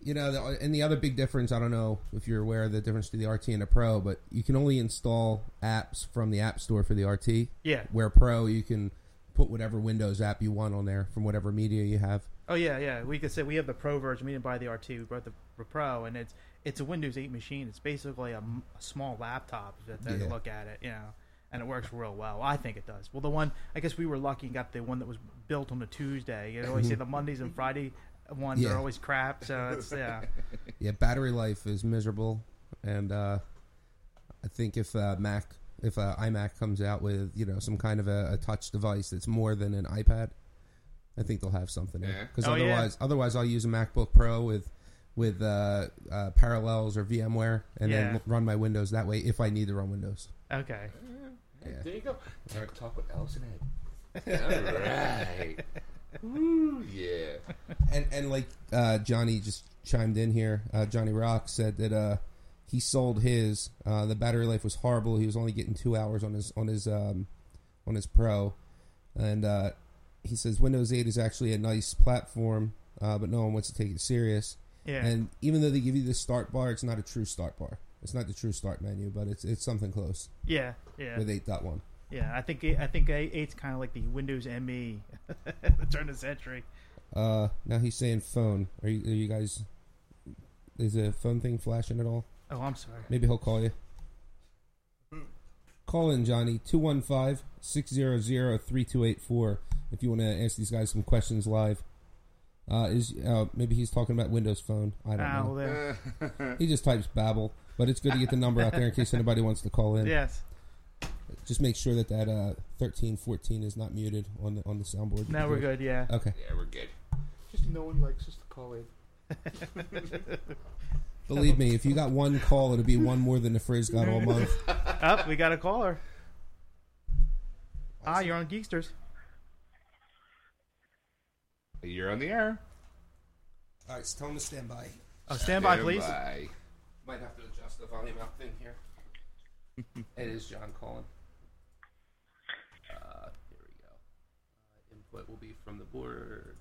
Speaker 4: You know, the, and the other big difference, I don't know if you're aware of the difference to the RT and a Pro, but you can only install apps from the App Store for the RT.
Speaker 2: yeah.
Speaker 4: Where Pro, you can put whatever Windows app you want on there from whatever media you have.
Speaker 2: Oh yeah, yeah. We could say we have the Pro version. We didn't buy the RT. We bought the Pro, and it's it's a Windows 8 machine. It's basically a, m- a small laptop if that's how you
Speaker 4: Yeah.
Speaker 2: look at it, you know. And it works real well. I think it does. Well, the one I guess we were lucky and got the one that was built on a Tuesday. You always say the Mondays and Friday ones
Speaker 4: Yeah.
Speaker 2: are always crap. So it's yeah,
Speaker 4: Yeah, battery life is miserable, and uh, I think if uh, Mac, if uh, iMac comes out with you know some kind of a, a touch device that's more than an iPad, I think they'll have something.
Speaker 1: Yeah.
Speaker 4: Because
Speaker 2: Oh, yeah.
Speaker 4: otherwise, otherwise I'll use a MacBook Pro with with uh, uh, Parallels or VMware, and then
Speaker 2: Yeah.
Speaker 4: l- run my Windows that way if I need to run Windows.
Speaker 2: okay.
Speaker 1: Hey,
Speaker 4: Yeah.
Speaker 1: There you go. Tech talk with Allison Ed. All right. Ooh, yeah.
Speaker 4: And and like uh, Johnny just chimed in here. Uh, Johnny Rock said that uh, he sold his. Uh, the battery life was horrible. He was only getting two hours on his on his um, on his Pro, and uh, he says Windows 8 is actually a nice platform, uh, but no one wants to take it serious.
Speaker 2: Yeah,
Speaker 4: And even though they give you the start bar, it's not a true start bar. It's not the true start menu, but it's it's something close
Speaker 2: yeah, yeah,
Speaker 4: with 8.1.
Speaker 2: yeah. I think I think A- eight's kind of like the Windows ME, the turn of the century.
Speaker 4: Uh, now he's saying phone. Are you, are you guys? Is the phone thing flashing at all?
Speaker 2: Oh, I'm sorry.
Speaker 4: Maybe he'll call you. Call in, Johnny, 215 600 3284 if you want to ask these guys some questions live. Uh, is uh, Maybe he's talking about Windows Phone. I don't
Speaker 2: Ah, well,
Speaker 4: know.
Speaker 2: there.
Speaker 4: He just types Babel, but it's good to get the number out there in case anybody wants to call in.
Speaker 2: Yes.
Speaker 4: Just make sure that that uh, 1314 is not muted on the on the soundboard.
Speaker 2: Now we're good. Yeah.
Speaker 4: Okay.
Speaker 1: Yeah, we're good. Just no one likes us to call in.
Speaker 4: Believe me, if you got one call, it'll be one more than the Frizz got all month.
Speaker 2: Up, we got a caller. Ah, you're on Geeksters.
Speaker 1: You're on the air.
Speaker 3: All right, so tell him to stand by.
Speaker 2: Oh, stand by, please.
Speaker 1: Standby.
Speaker 3: Might have to adjust the volume out thing here. it is John calling. Uh, here we go. Uh, input will be from the board.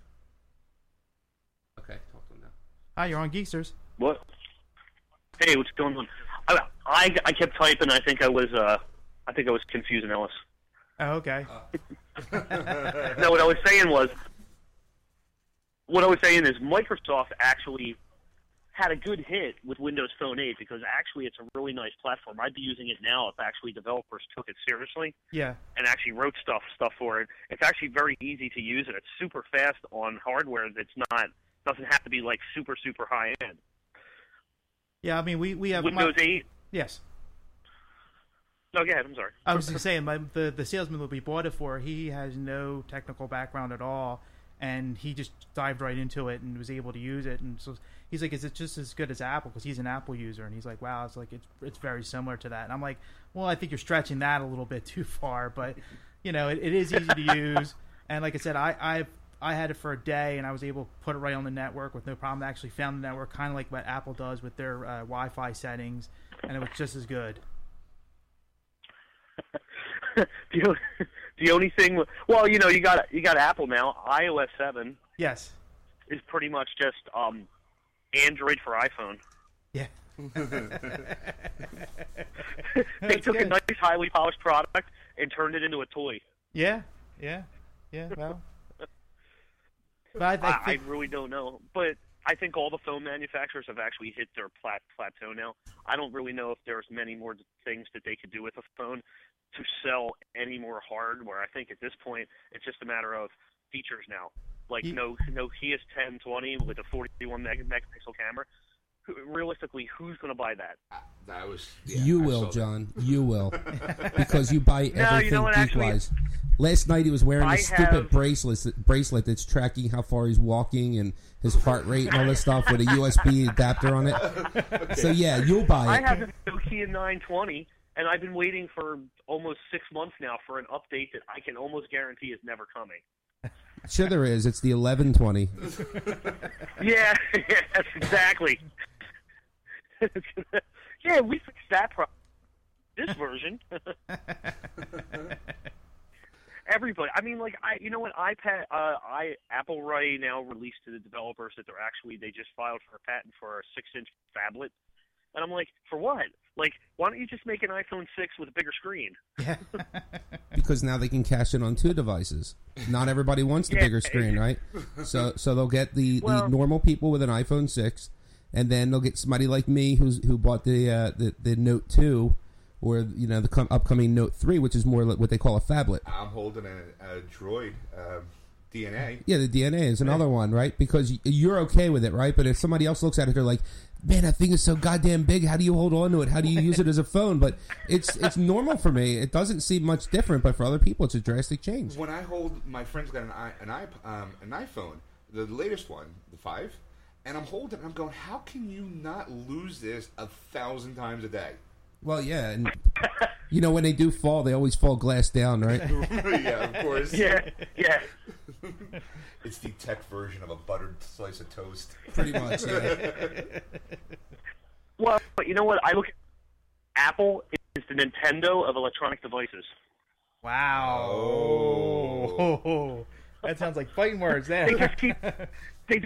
Speaker 3: Okay, talk to him now.
Speaker 2: Hi, you're on Geeksters.
Speaker 5: What? Hey, what's going on? I, I, I kept typing. I think I was uh, I think I was confusing Ellis.
Speaker 2: Oh, okay.
Speaker 5: No, what I was saying was, what I was saying is Microsoft actually had a good hit with Windows Phone 8 because actually it's a really nice platform. I'd be using it now if actually developers took it seriously
Speaker 2: Yeah.
Speaker 5: and actually wrote stuff stuff for it. It's actually very easy to use and it's super fast on hardware that's not doesn't have to be like super super high end.
Speaker 2: Yeah, I mean, we, we have. my-
Speaker 5: Windows 8.
Speaker 2: yes.
Speaker 5: No, go ahead. I'm sorry.
Speaker 2: I was just saying, my, the the salesman that we bought it for, he has no technical background at all, and he just dived right into it and was able to use it. And so he's like, "Is it just as good as Apple?" Because he's an Apple user, and he's like, "Wow, it's like it's it's very similar to that." And I'm like, "Well, I think you're stretching that a little bit too far, but you know, it, it is easy to use." And like I said, I I I had it for a day, and I was able to put it right on the network with no problem. I actually found the network, kind of like what Apple does with their uh, Wi-Fi settings, and it was just as good.
Speaker 5: the, o- the only thing, well, you know, you got you got Apple now. iOS seven
Speaker 2: Yes.
Speaker 5: is pretty much just um, Android for iPhone.
Speaker 2: Yeah.
Speaker 5: They
Speaker 2: That's
Speaker 5: took a
Speaker 2: good.
Speaker 5: nice, highly polished product and turned it into a toy.
Speaker 2: Yeah, yeah, yeah. Well, but I,
Speaker 5: I,
Speaker 2: I
Speaker 5: I
Speaker 2: think
Speaker 5: really don't know, but I think all the phone manufacturers have actually hit their plat- plateau now. I don't really know if there's many more d- things that they could do with a phone to sell any more hardware. I think at this point it's just a matter of features now. Like
Speaker 2: Ye-
Speaker 5: no no Kia's 1020 with a 41 meg- megapixel camera. Who, realistically, who's going to buy that?
Speaker 1: I, that was. yeah,
Speaker 4: you
Speaker 1: I
Speaker 4: will,
Speaker 1: saw that.
Speaker 4: John. You will, because you buy everything
Speaker 5: No, you know what, actually-
Speaker 4: geek-wise. Last night he was wearing
Speaker 5: I
Speaker 4: this stupid
Speaker 5: have-
Speaker 4: bracelet bracelet that's tracking how far he's walking and his heart rate and all this stuff with a USB adapter on it. So yeah, you'll buy
Speaker 5: I
Speaker 4: it.
Speaker 5: have a Nokia 920, and I've been waiting for almost six months now for an update that I can almost guarantee is never coming.
Speaker 4: Sure, there is. It's the eleven twenty.
Speaker 5: Yeah, yes, exactly. yeah, we fixed that problem. This version. Everybody, I mean, like I, you know what, iPad, uh, I Apple right now released to the developers that they're actually they just filed for a patent for a six-inch phablet, and I'm like, for what? Like, why don't you just make an iPhone six with a bigger screen?
Speaker 4: because now they can cash it on two devices. Not everybody wants the
Speaker 5: Yeah.
Speaker 4: bigger screen, right? So so they'll get the, the
Speaker 5: Well-
Speaker 4: normal people with an iPhone six, and then they'll get somebody like me who's who bought the uh, the, the Note two, or you know the com- upcoming Note three, which is more like what they call a phablet.
Speaker 1: I'm holding a, a Droid um, DNA.
Speaker 4: Yeah, the DNA is another one, right? Because y- you're okay with it, right? But if somebody else looks at it, they're like, "Man, that thing is so goddamn big. How do you hold on to it? How do you use it as a phone?" But it's it's normal for me. It doesn't seem much different, but for other people, it's a drastic change.
Speaker 1: When I hold my friend's got an i an iP- um, an iPhone, the latest one, the five, and I'm holding. it, I'm going. How can you not lose this a thousand times a day?
Speaker 4: Well, yeah, and you know when they do fall, they always fall glass down, right?
Speaker 1: yeah, of course.
Speaker 5: Yeah, yeah.
Speaker 1: It's the tech version of a buttered slice of toast.
Speaker 4: Pretty much. Yeah.
Speaker 5: Well, but you know what? I look. Apple is the Nintendo of electronic devices.
Speaker 2: wow.
Speaker 1: Oh.
Speaker 2: that sounds like fighting words there.
Speaker 5: They just keep they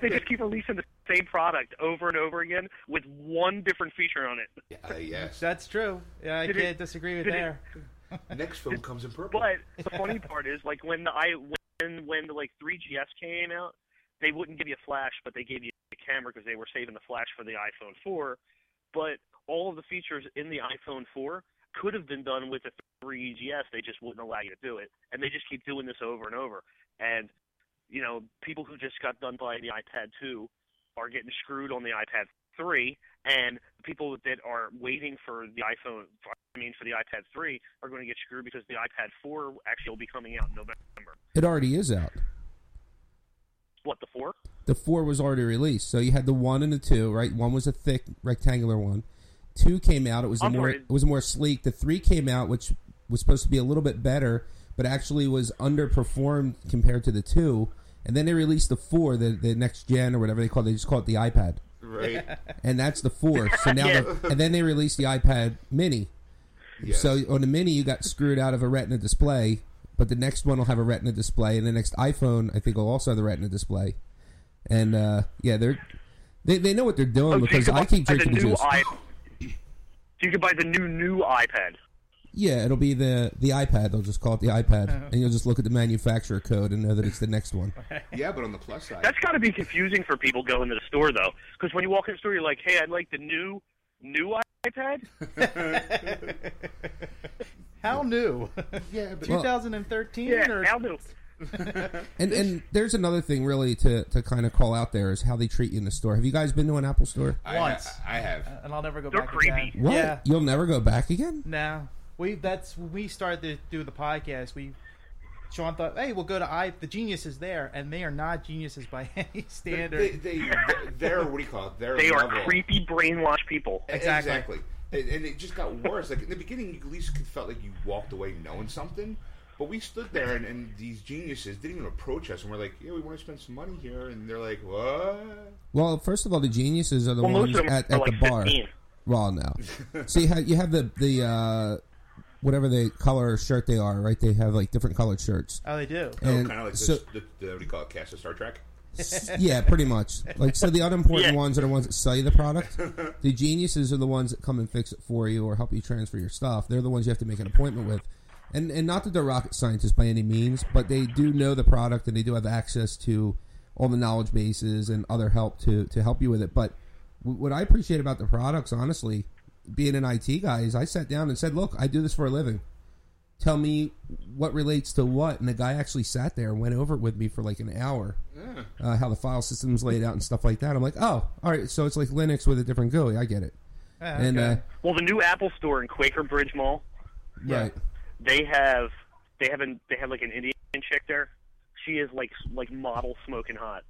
Speaker 5: they just keep releasing the same product over and over again with one different feature on it.
Speaker 1: Uh, yes.
Speaker 2: That's true. Yeah, I
Speaker 5: Did it-
Speaker 2: can't disagree with
Speaker 5: did it-
Speaker 2: there.
Speaker 1: Next film comes in purple.
Speaker 5: But the funny part is, like when the I when when the like 3GS came out, they wouldn't give you a flash, but they gave you a camera because they were saving the flash for the iPhone 4. But all of the features in the iPhone 4 could have been done with the 3GS. They just wouldn't allow you to do it, and they just keep doing this over and over. And you know, people who just got done by the iPad 2 are getting screwed on the iPad 3, and the people that are waiting for the iPhone, I mean, for the iPad 3, are going to get screwed because the iPad 4 actually will be coming out in November.
Speaker 4: It already is out.
Speaker 5: What the 4?
Speaker 4: The- The four was already released, so you had the one and the two, right? One was a thick rectangular one. Two came out; it was a
Speaker 5: I'm
Speaker 4: more
Speaker 5: worried.
Speaker 4: it was more sleek. The three came out, which was supposed to be a little bit better, but actually was underperformed compared to the two. And then they released the four, the, the next gen or whatever they call it. They just call it the iPad
Speaker 1: right?
Speaker 4: and that's the four. So now,
Speaker 5: Yeah.
Speaker 4: the, and then they released the iPad Mini.
Speaker 1: Yes.
Speaker 4: So on the Mini, you got screwed out of a Retina display, but the next one will have a Retina display, and the next iPhone, I think, will also have the Retina display. And uh, yeah, they're they, they know what they're doing
Speaker 5: Oh, so you
Speaker 4: because
Speaker 5: could
Speaker 4: I
Speaker 5: buy
Speaker 4: keep
Speaker 5: the
Speaker 4: drinking
Speaker 5: new
Speaker 4: juice.
Speaker 5: i. You could buy the new new iPad.
Speaker 4: yeah, it'll be the the iPad. They'll just call it the iPad, and you'll just look at the manufacturer code and know that it's the next one.
Speaker 1: yeah, but on the plus side,
Speaker 5: That's got to be confusing for people going to the store though, because when you walk in the store, you're like, "Hey, I'd like the new new iPad."
Speaker 2: How new?
Speaker 1: yeah, but
Speaker 2: 2013
Speaker 5: Yeah,
Speaker 2: or
Speaker 5: how new?
Speaker 4: And and there's another thing really to to kind of call out there is how they treat you in the store. Have you guys been to an Apple store?
Speaker 1: I,
Speaker 2: once.
Speaker 1: I, I have.
Speaker 2: and I'll never go
Speaker 5: They're
Speaker 2: back
Speaker 5: creepy.
Speaker 2: again.
Speaker 4: What?
Speaker 2: Yeah.
Speaker 4: You'll never go back again?
Speaker 2: No. We that's when we started to do the podcast. We Sean thought, hey, we'll go to I the genius is there, and they are not geniuses by any standard.
Speaker 1: They, they, they're what do you call it? They're
Speaker 5: They are
Speaker 1: level.
Speaker 5: creepy, brainwashed people.
Speaker 2: Exactly.
Speaker 1: And, and it just got worse. Like in the beginning, you at least felt like you walked away knowing something. But we stood there, and, and these geniuses didn't even approach us, and we're like, "Yeah, we want to spend some money here," and they're like, "What?"
Speaker 4: Well, first of all, the geniuses are the
Speaker 5: Well, most
Speaker 4: ones
Speaker 5: of them
Speaker 4: at,
Speaker 5: are
Speaker 4: at the
Speaker 5: like
Speaker 4: bar.
Speaker 5: 15.
Speaker 4: Well, no. so you have you have the the uh, whatever the color shirt they are, right? They have like different colored shirts.
Speaker 2: oh, they do.
Speaker 4: And
Speaker 1: kind of like
Speaker 4: so,
Speaker 1: the, the, the what do you call it? Cast of Star Trek.
Speaker 4: s- yeah, pretty much. Like so, the unimportant
Speaker 5: Yeah.
Speaker 4: ones are the ones that sell you the product. The geniuses are the ones that come and fix it for you or help you transfer your stuff. They're the ones you have to make an appointment with. And and not that they're rocket scientists by any means, but they do know the product and they do have access to all the knowledge bases and other help to to help you with it. But w- what I appreciate about the products, honestly, being an IT guy, is I sat down and said, "Look, I do this for a living." Tell me what relates to what, and the guy actually sat there and went over it with me for like an hour uh, how the file system's laid out and stuff like that. I'm like, oh, all right, so it's like Linux with a different GUI. I get it.
Speaker 2: Ah,
Speaker 4: And
Speaker 2: okay.
Speaker 4: uh,
Speaker 5: Well, the new Apple store in Quaker Bridge Mall,
Speaker 2: Yeah.
Speaker 4: right,
Speaker 5: they have they have an, they have like an Indian chick there. She is like like model smoking hot,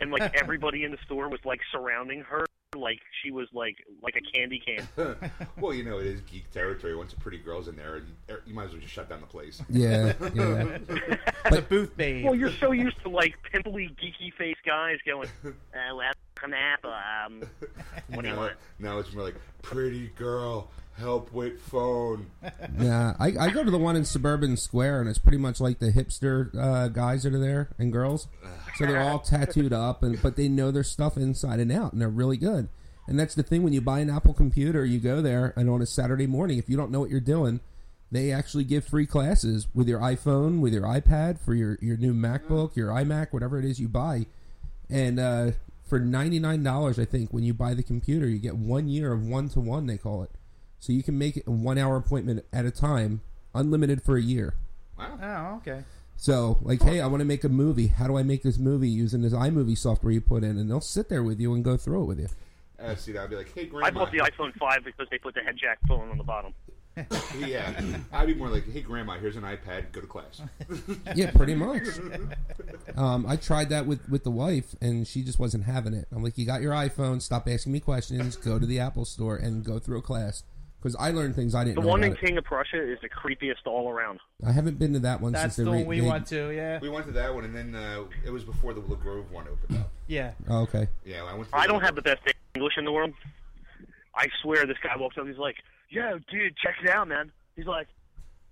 Speaker 5: and like everybody in the store was like surrounding her like she was like like a candy can.
Speaker 1: well, you know, it is geek territory. Once a pretty girl's in there, you, you might as well just shut down the place.
Speaker 4: yeah, yeah.
Speaker 2: the booth babe.
Speaker 5: Well, you're so used to like pimply, geeky faced guys going, uh, welcome to Apple. Um, what do you
Speaker 1: Now,
Speaker 5: want?
Speaker 1: now it's more like, pretty girl, help with phone.
Speaker 4: nah, I, I go to the one in Suburban Square, and it's pretty much like the hipster uh, guys that are there and girls. So they're all tattooed up, and but they know their stuff inside and out, and they're really good. And that's the thing when you buy an Apple computer, you go there, and on a Saturday morning, if you don't know what you're doing, they actually give free classes with your iPhone, with your iPad, for your, your new MacBook, your iMac, whatever it is you buy. And uh, for ninety nine dollars, I think when you buy the computer, you get one year of one to one. They call it, so you can make it a one hour appointment at a time, unlimited for a year.
Speaker 1: Wow.
Speaker 2: oh, okay.
Speaker 4: So, like, hey, I want to make a movie. How do I make this movie using this iMovie software you put in? And they'll sit there with you and go through it with you.
Speaker 1: Uh, see, that would be like, hey, grandma.
Speaker 5: I bought the iPhone 5 because they put the head jack phone on the bottom.
Speaker 1: yeah. I'd be more like, hey, grandma, here's an iPad, go to class.
Speaker 4: Yeah, pretty much. um, I tried that with with the wife, and she just wasn't having it. I'm like, you got your iPhone. Stop asking me questions. Go to the Apple store and go through a class because I learned things I didn't.
Speaker 5: The
Speaker 4: know
Speaker 5: one in
Speaker 4: about it.
Speaker 5: King of Prussia is the creepiest all around.
Speaker 4: I haven't been to that one
Speaker 2: That's
Speaker 4: since
Speaker 2: the
Speaker 4: they re-
Speaker 2: one we
Speaker 4: they-
Speaker 2: want to. Yeah.
Speaker 1: we went to that one, and then uh, it was before the La Grove one opened up.
Speaker 2: Yeah.
Speaker 4: Oh, okay.
Speaker 1: Yeah, I went to
Speaker 5: I
Speaker 1: the-
Speaker 5: don't have the best English in the world. I swear this guy walks up he's like, Yo, dude, check it out, man. He's like,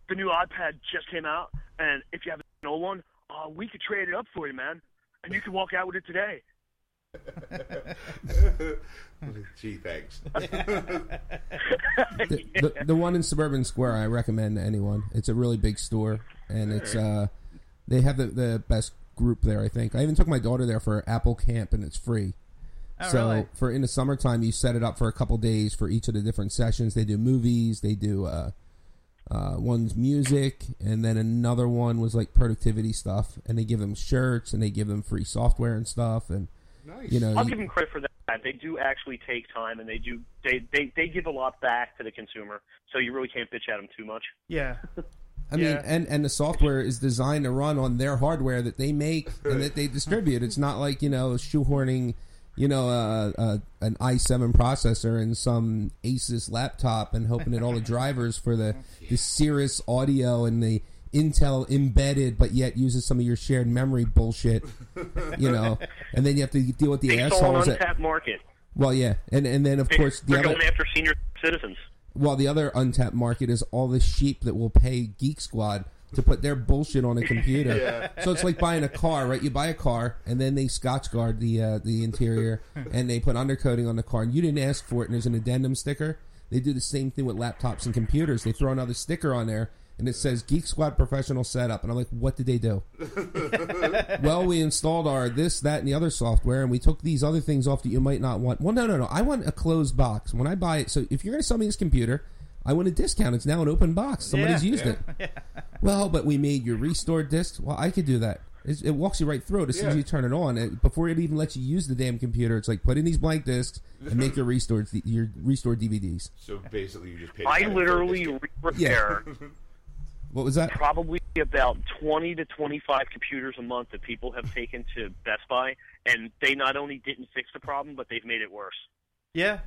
Speaker 5: The new iPad just came out, and if you have an old one, uh, we could trade it up for you, man. And you can walk out with it today.
Speaker 1: Gee, thanks.
Speaker 4: The, the, the one in Suburban Square, I recommend to anyone. It's a really big store, and it's uh, they have the, the best group there. I think I even took my daughter there for Apple Camp, and it's free.
Speaker 2: Oh,
Speaker 4: so
Speaker 2: really?
Speaker 4: for in the summertime, you set it up for a couple days for each of the different sessions. They do movies, they do uh, uh, one's music, and then another one was like productivity stuff. And they give them shirts, and they give them free software and stuff, and
Speaker 1: Nice.
Speaker 4: you know,
Speaker 5: I'll
Speaker 4: you-
Speaker 5: give them credit for that. They do actually take time, and they do they they they give a lot back to the consumer. So you really can't bitch at them too much.
Speaker 2: Yeah.
Speaker 4: I mean,
Speaker 2: Yeah.
Speaker 4: and, and the software is designed to run on their hardware that they make and that they distribute. It's not like you know shoehorning, you know, uh, uh, an i7 processor and some Asus laptop and hoping that all the drivers for the the Cirrus audio and the Intel embedded, but yet uses some of your shared memory bullshit. You know, and then you have to deal with the
Speaker 5: They saw
Speaker 4: assholes.
Speaker 5: an
Speaker 4: That,
Speaker 5: untapped market.
Speaker 4: well, yeah, and and then of
Speaker 5: They,
Speaker 4: course the
Speaker 5: they're
Speaker 4: other
Speaker 5: going after senior citizens.
Speaker 4: while the other untapped market is all the sheep that will pay Geek Squad to put their bullshit on a computer. So it's like buying a car, right? You buy a car and then they Scotch guard the uh, the interior and they put undercoating on the car, and you didn't ask for it. And there's an addendum sticker. They do the same thing with laptops and computers. They throw another sticker on there. And it says Geek Squad Professional Setup, and I'm like, what did they do? well, we installed our this, that, and the other software, and we took these other things off that you might not want. Well, no, no, no. I want a closed box when I buy it. So if you're going to sell me this computer, I want a discount. It's now an open box. Somebody's
Speaker 2: Yeah.
Speaker 4: used it. Well, but we made your restored disk. Well, I could do that. It's, it walks you right through it as soon as
Speaker 1: Yeah.
Speaker 4: you turn it on. It, before it even lets you use the damn computer, it's like put in these blank discs and make your restored your restored DVDs.
Speaker 1: So basically, you just paid.
Speaker 5: I
Speaker 1: for it.
Speaker 5: literally repair
Speaker 4: What was that?
Speaker 5: probably about 20 to 25 computers a month that people have taken to Best Buy, and they not only didn't fix the problem, but they've made it worse.
Speaker 2: Yeah,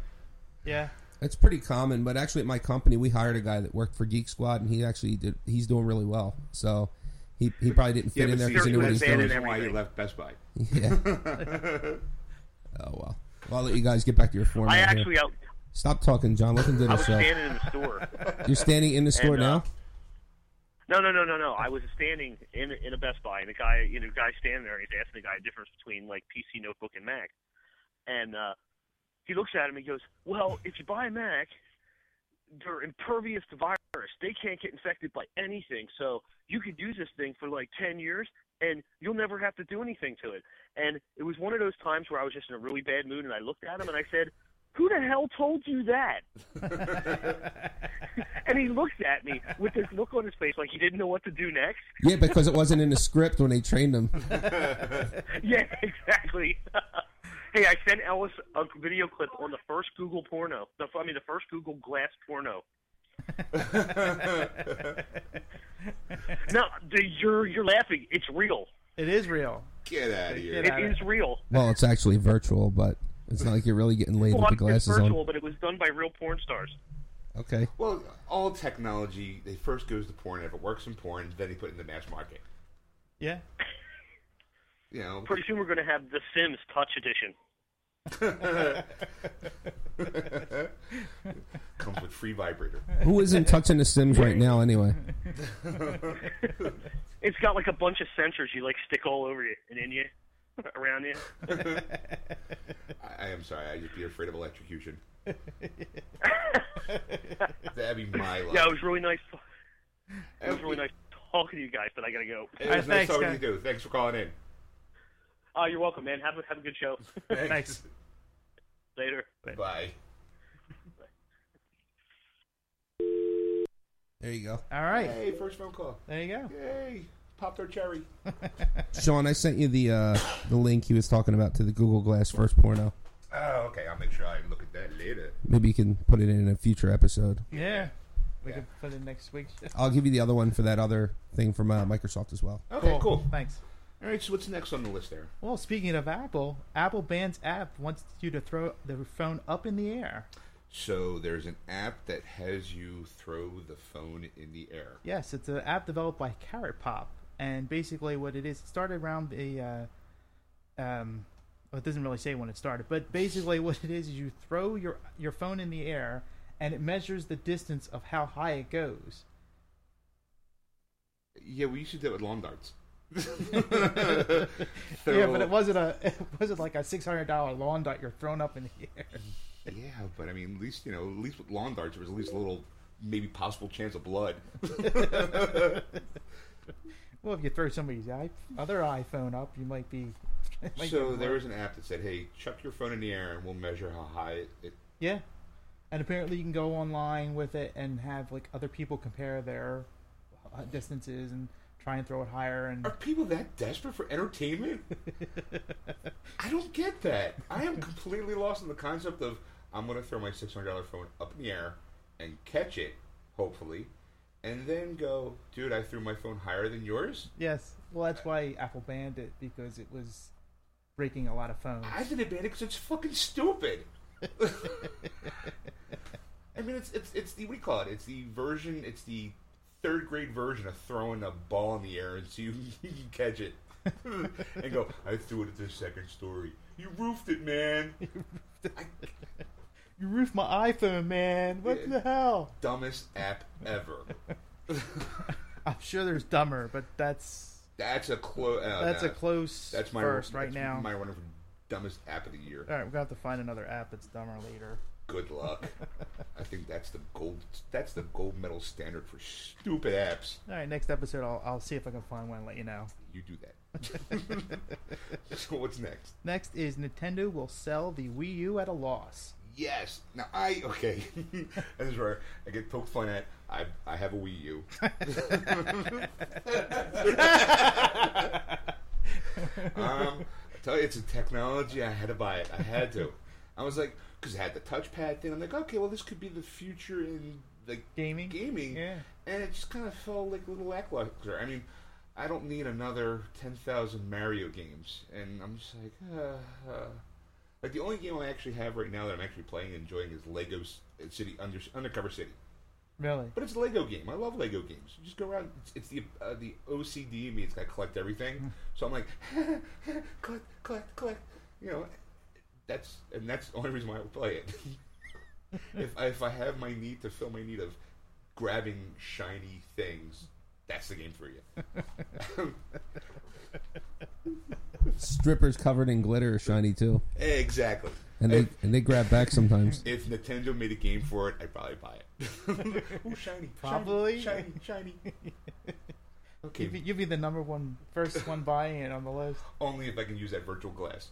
Speaker 2: yeah.
Speaker 4: It's pretty common, but actually at my company we hired a guy that worked for Geek Squad, and he actually did. He's doing really well, so he, he probably didn't fit
Speaker 1: Yeah,
Speaker 4: in
Speaker 1: but
Speaker 4: there
Speaker 1: see,
Speaker 4: because he knew what he was
Speaker 1: that's the
Speaker 4: doing.
Speaker 1: reason
Speaker 5: abandoned
Speaker 1: why he
Speaker 5: everything.
Speaker 1: left Best Buy.
Speaker 4: Yeah. oh well. well, I'll let you guys get back to your format.
Speaker 5: I
Speaker 4: here.
Speaker 5: actually, I,
Speaker 4: stop talking, John. Let them do
Speaker 5: I was
Speaker 4: this. Uh,
Speaker 5: standing in the store.
Speaker 4: you're standing in the store
Speaker 5: and, uh,
Speaker 4: now.
Speaker 5: No, no, no, no, no. I was standing in in a Best Buy, and the guy, you know, the guy standing there, and he's asking the guy the difference between like PC notebook and Mac, and uh, he looks at him and he goes, "Well, if you buy a Mac, they're impervious to virus. They can't get infected by anything. So you could use this thing for like ten years, and you'll never have to do anything to it." And it was one of those times where I was just in a really bad mood, and I looked at him and I said, "Who the hell told you that?" And he looks at me with this look on his face like he didn't know what to do next.
Speaker 4: Yeah, because it wasn't in the script when they trained him.
Speaker 5: Yeah, exactly. hey, I sent Ellis a video clip on the first Google porno. The, I mean, the first Google Glass porno. No, the, you're you're laughing. It's real.
Speaker 2: It is real.
Speaker 1: Get out of here.
Speaker 2: Get
Speaker 5: It
Speaker 2: out.
Speaker 5: is real.
Speaker 4: Well, it's actually virtual, but it's not like you're really getting laid
Speaker 5: Well,
Speaker 4: with the
Speaker 5: it's
Speaker 4: glasses
Speaker 5: virtual,
Speaker 4: on.
Speaker 5: but it was done by real porn stars.
Speaker 4: Okay.
Speaker 1: Well, all technology, they first goes to porn. If it works in porn, then they put it in the mass market.
Speaker 2: Yeah.
Speaker 1: You know,
Speaker 5: Pretty soon we're going to have The Sims Touch Edition.
Speaker 1: comes with free vibrator.
Speaker 4: Who isn't touching the Sims right now, anyway?
Speaker 5: It's got like a bunch of sensors you like stick all over you and in you, around you.
Speaker 1: I, I am sorry, I just be afraid of electrocution. That'd be my luck.
Speaker 5: Yeah, it was really nice. It was
Speaker 1: Hey,
Speaker 5: really nice talking to you guys, but I got to go.
Speaker 1: It was
Speaker 2: Uh,
Speaker 1: nice
Speaker 2: thanks,
Speaker 1: talking to
Speaker 2: guy.
Speaker 1: you. too. Thanks for calling in.
Speaker 5: Oh, you're welcome, man. Have a, have a good show.
Speaker 2: Thanks.
Speaker 5: Later.
Speaker 1: Bye.
Speaker 4: There you go,
Speaker 2: All right.
Speaker 1: Hey, first phone call.
Speaker 2: There you go.
Speaker 1: Yay! Popped our cherry.
Speaker 4: Sean. I sent you the uh, the link he was talking about to the Google Glass first porno.
Speaker 1: Oh, okay. I'll make sure I look at that later.
Speaker 4: Maybe you can put it in a future episode.
Speaker 2: Yeah. We can put it next week.
Speaker 4: I'll give you the other one for that other thing from uh, Microsoft as well.
Speaker 1: Okay, cool.
Speaker 2: Thanks.
Speaker 1: All right. So what's next on the list there?
Speaker 2: Well, speaking of Apple, Apple bans app wants you to throw the phone up in the air.
Speaker 1: So there's an app that has you throw the phone in the air.
Speaker 2: Yes, it's an app developed by Carrot Pop, and basically what it is, it started around the. Uh, um, well, it doesn't really say when it started, but basically what it is is you throw your your phone in the air, and it measures the distance of how high it goes.
Speaker 1: Yeah, we used to do that with lawn darts.
Speaker 2: yeah, but it wasn't a it wasn't like a six hundred dollar lawn dart you're thrown up in the air.
Speaker 1: Yeah, but I mean, at least you know, at least with lawn darts, there was at least a little, maybe possible chance of blood.
Speaker 2: Well, if you throw somebody's i other iPhone up, you might be. it might
Speaker 1: so
Speaker 2: be
Speaker 1: there
Speaker 2: worse.
Speaker 1: was an app that said, "Hey, chuck your phone in the air, and we'll measure how high it." it
Speaker 2: yeah, and apparently you can go online with it and have like other people compare their uh, distances and try and throw it higher. And
Speaker 1: are people that desperate for entertainment? I don't get that. I am completely lost in the concept of I'm going to throw my six hundred dollar phone up in the air and catch it, hopefully, and then go, dude, I threw my phone higher than yours.
Speaker 2: Yes. Well, that's why Apple banned it because it was breaking a lot of phones.
Speaker 1: I did it banned because it's fucking stupid. I mean, it's it's it's the what do you call it? It's the version. It's the third grade version of throwing a ball in the air and see who you can catch it and go. I threw it at the second story. You roofed it, man.
Speaker 2: You roofed my iPhone, man. What
Speaker 1: Yeah.
Speaker 2: the hell?
Speaker 1: Dumbest app ever.
Speaker 2: I'm sure there's dumber, but that's
Speaker 1: That's a close. Uh,
Speaker 2: that's a
Speaker 1: nah.
Speaker 2: close
Speaker 1: That's my
Speaker 2: first right
Speaker 1: that's
Speaker 2: now.
Speaker 1: My runner for dumbest app of the year.
Speaker 2: All right, we're gonna have to find another app that's dumber later.
Speaker 1: Good luck. I think that's the gold. That's the gold medal standard for stupid apps.
Speaker 2: All right, next episode, I'll, I'll see if I can find one and let you know.
Speaker 1: You do that. so what's next?
Speaker 2: Next is Nintendo will sell the Wii U at a loss.
Speaker 1: Yes. Now I okay. this is where I get poked fun at. I I have a Wii U. um, I tell you, it's a technology. I had to buy it. I had to. I was like, because it had the touchpad thing. I'm like, okay, well, this could be the future in like
Speaker 2: Gaming?
Speaker 1: gaming.
Speaker 2: Yeah.
Speaker 1: And it just kind of felt like a little lackluster. I mean, I don't need another ten thousand Mario games, and I'm just like, uh, uh. like the only game I actually have right now that I'm actually playing and enjoying is Lego S- City Under, Undercover City.
Speaker 2: Really?
Speaker 1: But it's a Lego game. I love Lego games. You just go around. It's, it's the uh, the OCD in me. It's got to collect everything. So I'm like, collect, collect, collect. You know, that's and that's the only reason why I would play it. if I, if I have my need to fill my need of grabbing shiny things, that's the game for you.
Speaker 4: Strippers covered in glitter are shiny too,
Speaker 1: Eh, exactly.
Speaker 4: and they and they grab back sometimes.
Speaker 1: If Nintendo made a game for it, I'd probably buy it. Ooh, shiny.
Speaker 2: Probably.
Speaker 1: Shiny, shiny. shiny. Okay.
Speaker 2: You'd be, you'd be the number one, first one buying it on the list.
Speaker 1: Only if I can use that virtual glass.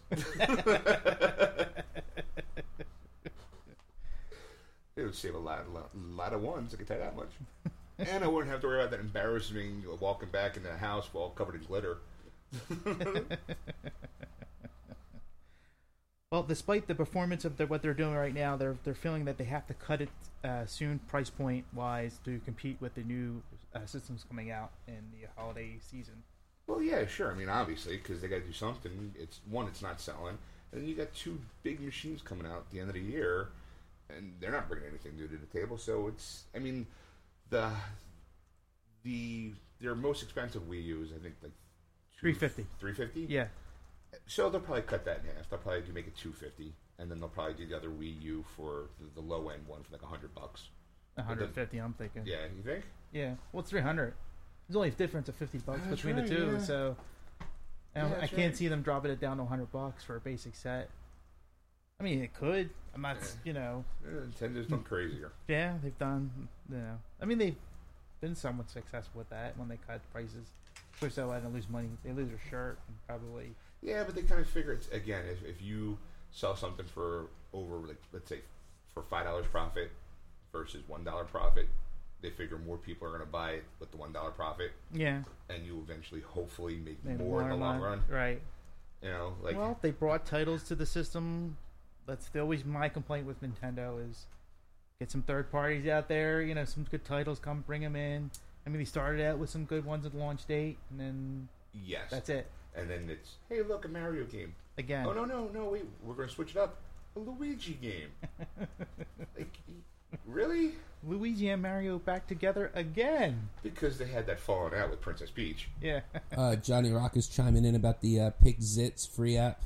Speaker 1: it would save a lot, lot, lot of ones. I can tell you that much. and I wouldn't have to worry about that embarrassing walking back into the house while covered in glitter.
Speaker 2: Well, despite the performance of the, what they're doing right now, they're they're feeling that they have to cut it uh, soon, price point wise, to compete with the new uh, systems coming out in the holiday season.
Speaker 1: Well, yeah, sure. I mean, obviously, because they got to do something. It's one, it's not selling, and you got two big machines coming out at the end of the year, and they're not bringing anything new to the table. So it's, I mean, the the their most expensive Wii U is I think like
Speaker 2: $350.
Speaker 1: three fifty.
Speaker 2: Yeah,
Speaker 1: So they'll probably cut that in half. They'll probably do make it two fifty, and then they'll probably do the other Wii U for the, the low end one for like hundred bucks.
Speaker 2: 150. I'm thinking.
Speaker 1: Yeah, you think?
Speaker 2: Yeah. Well, it's 300. There's only a difference of 50 bucks
Speaker 1: That's
Speaker 2: between
Speaker 1: right,
Speaker 2: the two,
Speaker 1: yeah.
Speaker 2: so um, I, don't-
Speaker 1: Yeah,
Speaker 2: I
Speaker 1: that's
Speaker 2: can't
Speaker 1: right.
Speaker 2: see them dropping it down to 100 bucks for a basic set. I mean, it could. I'm not, s- you know.
Speaker 1: Eh, Nintendo's done crazier.
Speaker 2: Yeah, they've done. You know, I mean, they've been somewhat successful with that when they cut prices. Of course, they're letting them lose money. They lose their shirt and probably.
Speaker 1: Yeah, but they kind of figure it's again if, if you sell something for over like let's say for five dollars profit versus one dollar profit, they figure more people are going to buy it with the one dollar profit,
Speaker 2: Yeah,
Speaker 1: and you eventually hopefully make
Speaker 2: they
Speaker 1: more in the long run.
Speaker 2: Right.
Speaker 1: You know, like
Speaker 2: well, they brought titles to the system. That's the- always my complaint with Nintendo is get some third parties out there. You know, some good titles come, bring them in. I mean, they started out with some good ones at launch date, and then
Speaker 1: yes,
Speaker 2: that's it.
Speaker 1: And then it's hey, look a Mario game.
Speaker 2: Again,
Speaker 1: Oh no no no wait, we're going to switch it up a Luigi game. like really?
Speaker 2: Luigi and Mario back together again.
Speaker 1: Because they had that falling out with Princess Peach.
Speaker 2: Yeah.
Speaker 4: Uh, Johnny Rock is chiming in about the uh, Pick Zits free app,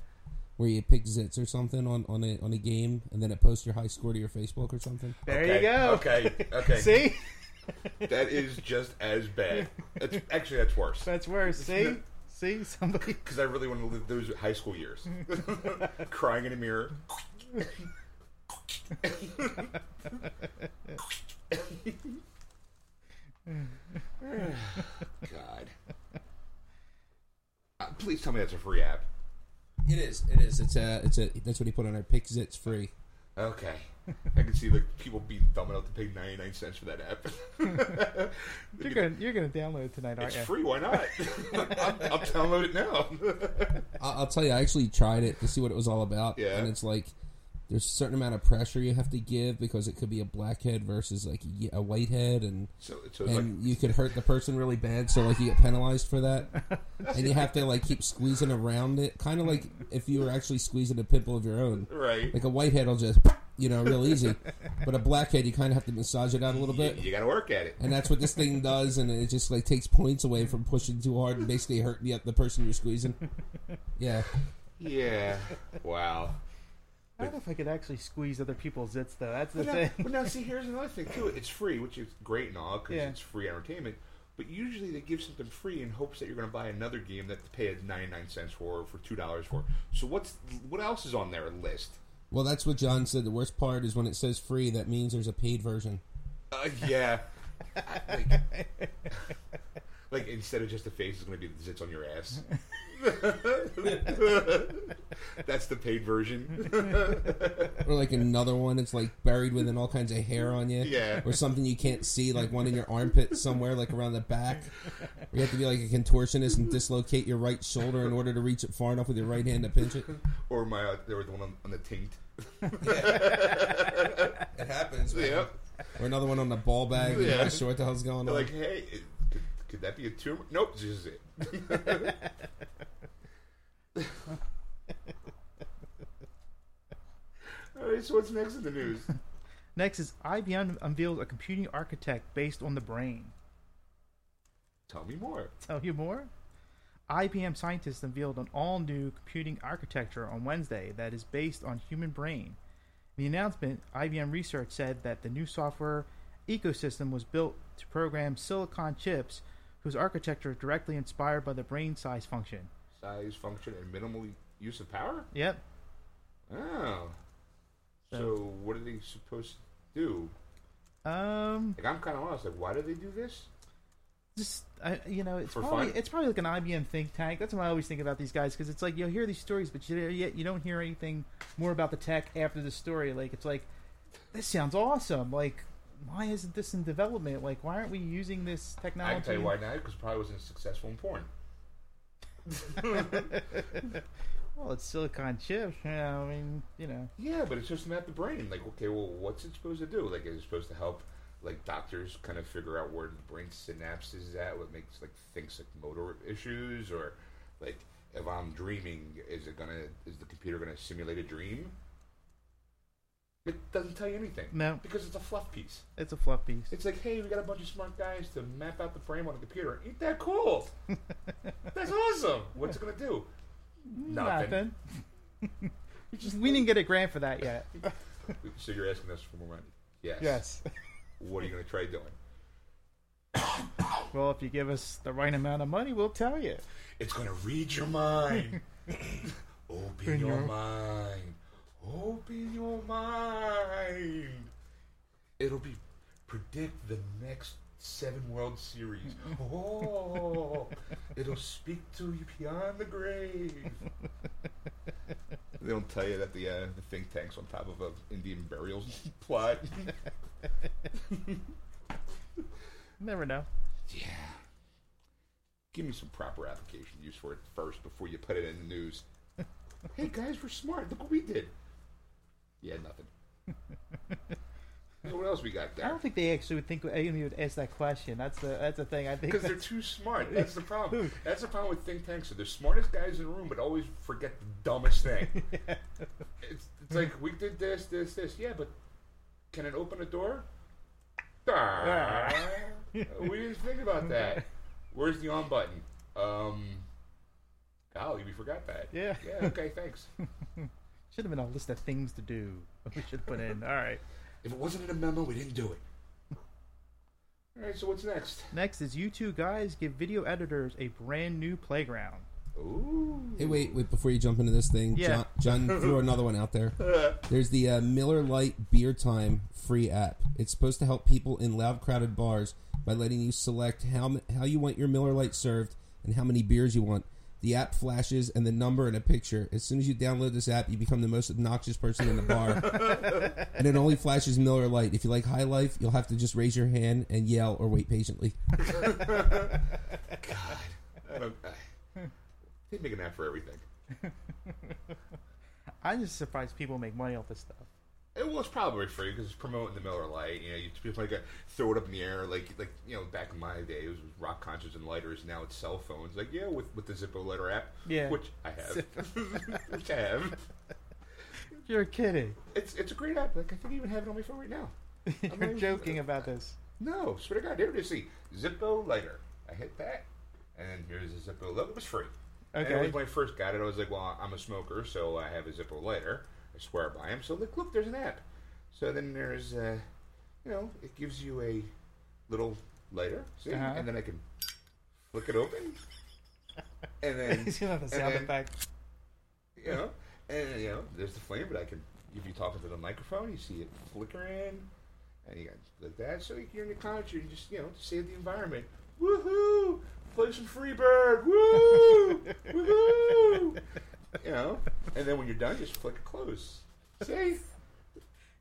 Speaker 4: where you pick zits or something on, on a on a game, and then it posts your high score to your Facebook or something.
Speaker 2: there
Speaker 1: Okay,
Speaker 2: you go.
Speaker 1: Okay, okay.
Speaker 2: See,
Speaker 1: That is just as bad. That's, actually, that's worse.
Speaker 2: that's worse. See, see, somebody.
Speaker 1: Because I really want to live those high school years. Crying in a mirror. God. Uh, please tell me that's a free app.
Speaker 4: It is. It is. It's a. It's a. That's what he put on there. Pick Zits free.
Speaker 1: Okay. I can see like people being dumb enough to pay 99 cents for that app.
Speaker 2: You're gonna you're gonna download it tonight, aren't
Speaker 1: it's
Speaker 2: you?
Speaker 1: free, why not? I'll, I'll download it now.
Speaker 4: I'll, I'll tell you. I actually tried it to see what it was all about.
Speaker 1: Yeah.
Speaker 4: And it's like, there's a certain amount of pressure you have to give because it could be a blackhead versus like a ye- a whitehead, and
Speaker 1: So, so it's like
Speaker 4: and you could hurt the person really bad, so like you get penalized for that, and you have to like keep squeezing around it, kind of like if you were actually squeezing a pimple of your own.
Speaker 1: right.
Speaker 4: Like a whitehead will just you know real easy, but a blackhead you kind of have to massage it out a little
Speaker 1: You,
Speaker 4: bit.
Speaker 1: got to work at it.
Speaker 4: And that's what this thing does, and it just like takes points away from pushing too hard and basically hurting the, the person you're squeezing. Yeah,
Speaker 1: Yeah. Wow.
Speaker 2: I don't know if I could actually squeeze other people's zits though. That's the
Speaker 1: But now,
Speaker 2: thing.
Speaker 1: but now, see, here's another thing too. It's free, which is great and all because
Speaker 2: Yeah.
Speaker 1: it's free entertainment. But usually they give something free in hopes that you're going to buy another game that they pay ninety nine cents for, or for two dollars for. So what's what else is on their list?
Speaker 4: well, that's what John said. The worst part is when it says free, that means there's a paid version.
Speaker 1: Uh, yeah. like, like instead of just the face, it's going to be the zits on your ass. That's the paid version.
Speaker 4: Or like another one, it's like buried within all kinds of hair on you.
Speaker 1: Yeah.
Speaker 4: Or something you can't see, like one in your armpit somewhere, like around the back. Or you have to be like a contortionist and dislocate your right shoulder in order to reach it far enough with your right hand to pinch it.
Speaker 1: or my uh, there was one on, on the taint.
Speaker 4: It happens.
Speaker 1: Yeah.
Speaker 4: Or another one on the ball bag. You're
Speaker 1: Yeah.
Speaker 4: not sure what the hell's going
Speaker 1: They're
Speaker 4: on.
Speaker 1: like, hey, it- could, could that be a tumor? Nope, this is it. All right, so what's next in the news?
Speaker 2: Next is IBM unveils a computing architect based on the brain.
Speaker 1: Tell me more.
Speaker 2: Tell you more? IBM scientists unveiled an all new computing architecture on Wednesday that is based on human brain. In the announcement, IBM Research said that the new software ecosystem was built to program silicon chips whose architecture is directly inspired by the brain size function.
Speaker 1: Size, function, and minimal use of power.
Speaker 2: Yep.
Speaker 1: Oh. So, what are they supposed to do?
Speaker 2: Um
Speaker 1: Like, I'm kind of lost. Like, why do they do this?
Speaker 2: just I, you know, it's
Speaker 1: For
Speaker 2: probably
Speaker 1: fun?
Speaker 2: it's probably like an IBM think tank. That's what I always think about these guys because it's like you'll hear these stories, but you yet you don't hear anything more about the tech after the story. Like it's like this sounds awesome. Like why isn't this in development? Like why aren't we using this
Speaker 1: I
Speaker 2: technology?
Speaker 1: can tell you why now, because probably wasn't successful in porn.
Speaker 2: Well, it's silicon chips. You know, I mean, you know,
Speaker 1: Yeah, but it's just about the brain. Like, okay, well, what's it supposed to do? Like, is it supposed to help, like, doctors kind of figure out where the brain synapse is at? What makes, like, things like motor issues? Or, like, if I'm dreaming, is it gonna, is the computer gonna simulate a dream? It doesn't tell you anything.
Speaker 2: No.
Speaker 1: Because it's a fluff piece.
Speaker 2: it's a fluff piece.
Speaker 1: It's like, hey, we got a bunch of smart guys to map out the frame on the computer. Ain't that cool? That's awesome. What's it gonna do?
Speaker 2: Nothing. we didn't get a grant for that yet.
Speaker 1: So you're asking us for more money? Yes.
Speaker 2: yes.
Speaker 1: What are you gonna try doing?
Speaker 2: Well, if you give us the right amount of money, we'll tell you.
Speaker 1: It's gonna read your mind. Open your mind. Open your mind. It'll be predict the next seven World Series. Oh, it'll speak to you beyond the grave. They don't tell you that the uh, the think tank's on top of a Indian burial plot.
Speaker 2: Never know.
Speaker 1: yeah. Give me some proper application use for it first before you put it in the news. hey guys, we're smart. Look what we did. Yeah, nothing. so what else we got
Speaker 2: I
Speaker 1: there?
Speaker 2: don't think they actually would think anybody would ask that question. That's the that's the thing. I think
Speaker 1: Because they're
Speaker 2: that's-
Speaker 1: too smart. That's the problem. That's the problem with think tanks. They're the smartest guys in the room, but always forget the dumbest thing. it's, it's like we did this, this, this. Yeah, but can it open a door? Ah, we didn't think about that. Where's the on button? Um, golly, we forgot that.
Speaker 2: Yeah.
Speaker 1: Yeah. Okay. Thanks.
Speaker 2: should have been a list of things to do. We should put in. All right.
Speaker 1: if it wasn't in a memo, we didn't do it. All right. So what's next?
Speaker 2: Next is you two guys give video editors a brand new playground.
Speaker 1: Ooh.
Speaker 4: Hey, wait, wait! Before you jump into this thing,
Speaker 2: Yeah.
Speaker 4: John, John threw another one out there. There's the uh, Miller Lite Beer Time free app. It's supposed to help people in loud, crowded bars by letting you select how m- how you want your Miller Lite served and how many beers you want. The app flashes and the number and a picture. As soon as you download this app, you become the most obnoxious person in the bar, and it only flashes Miller Lite. If you like High Life, you'll have to just raise your hand and yell or wait patiently.
Speaker 1: I don't. I, they make an app for everything.
Speaker 2: I'm just surprised people make money off this stuff.
Speaker 1: It was probably free because it's promoting the Miller Lite. You know, you people like uh, throw it up in the air, like like you know, back in my day, it was rock concerts and lighters. Now it's cell phones. Like yeah, with with the Zippo lighter app,
Speaker 2: Yeah.
Speaker 1: which I have, which I have.
Speaker 2: You're kidding.
Speaker 1: It's it's a great app. Like I think I even have it on my phone right now. not
Speaker 2: You're
Speaker 1: even-
Speaker 2: joking about this.
Speaker 1: No, swear to God, there it is. See, Zippo lighter. I hit that, and here's a Zippo lighter. It was free. And it
Speaker 2: Okay.
Speaker 1: was when I first got it, I was like, well, I'm a smoker, so I have a Zippo lighter. I swear by them. So look, look, there's an app. So then there's, uh, you know, it gives you a little lighter, see,
Speaker 2: Uh-huh.
Speaker 1: and then I can flick it open, and then
Speaker 2: He's gonna have a
Speaker 1: and
Speaker 2: sound
Speaker 1: then,
Speaker 2: effect.
Speaker 1: you know, and you know, there's the flame, but I can if you talk into the microphone, you see it flickering, and you got like that. So you're in the concert, you just you know, save the environment. Woohoo! Play some Freebird. Woo! Woohoo! You know, and then when you're done, just flick it close. See,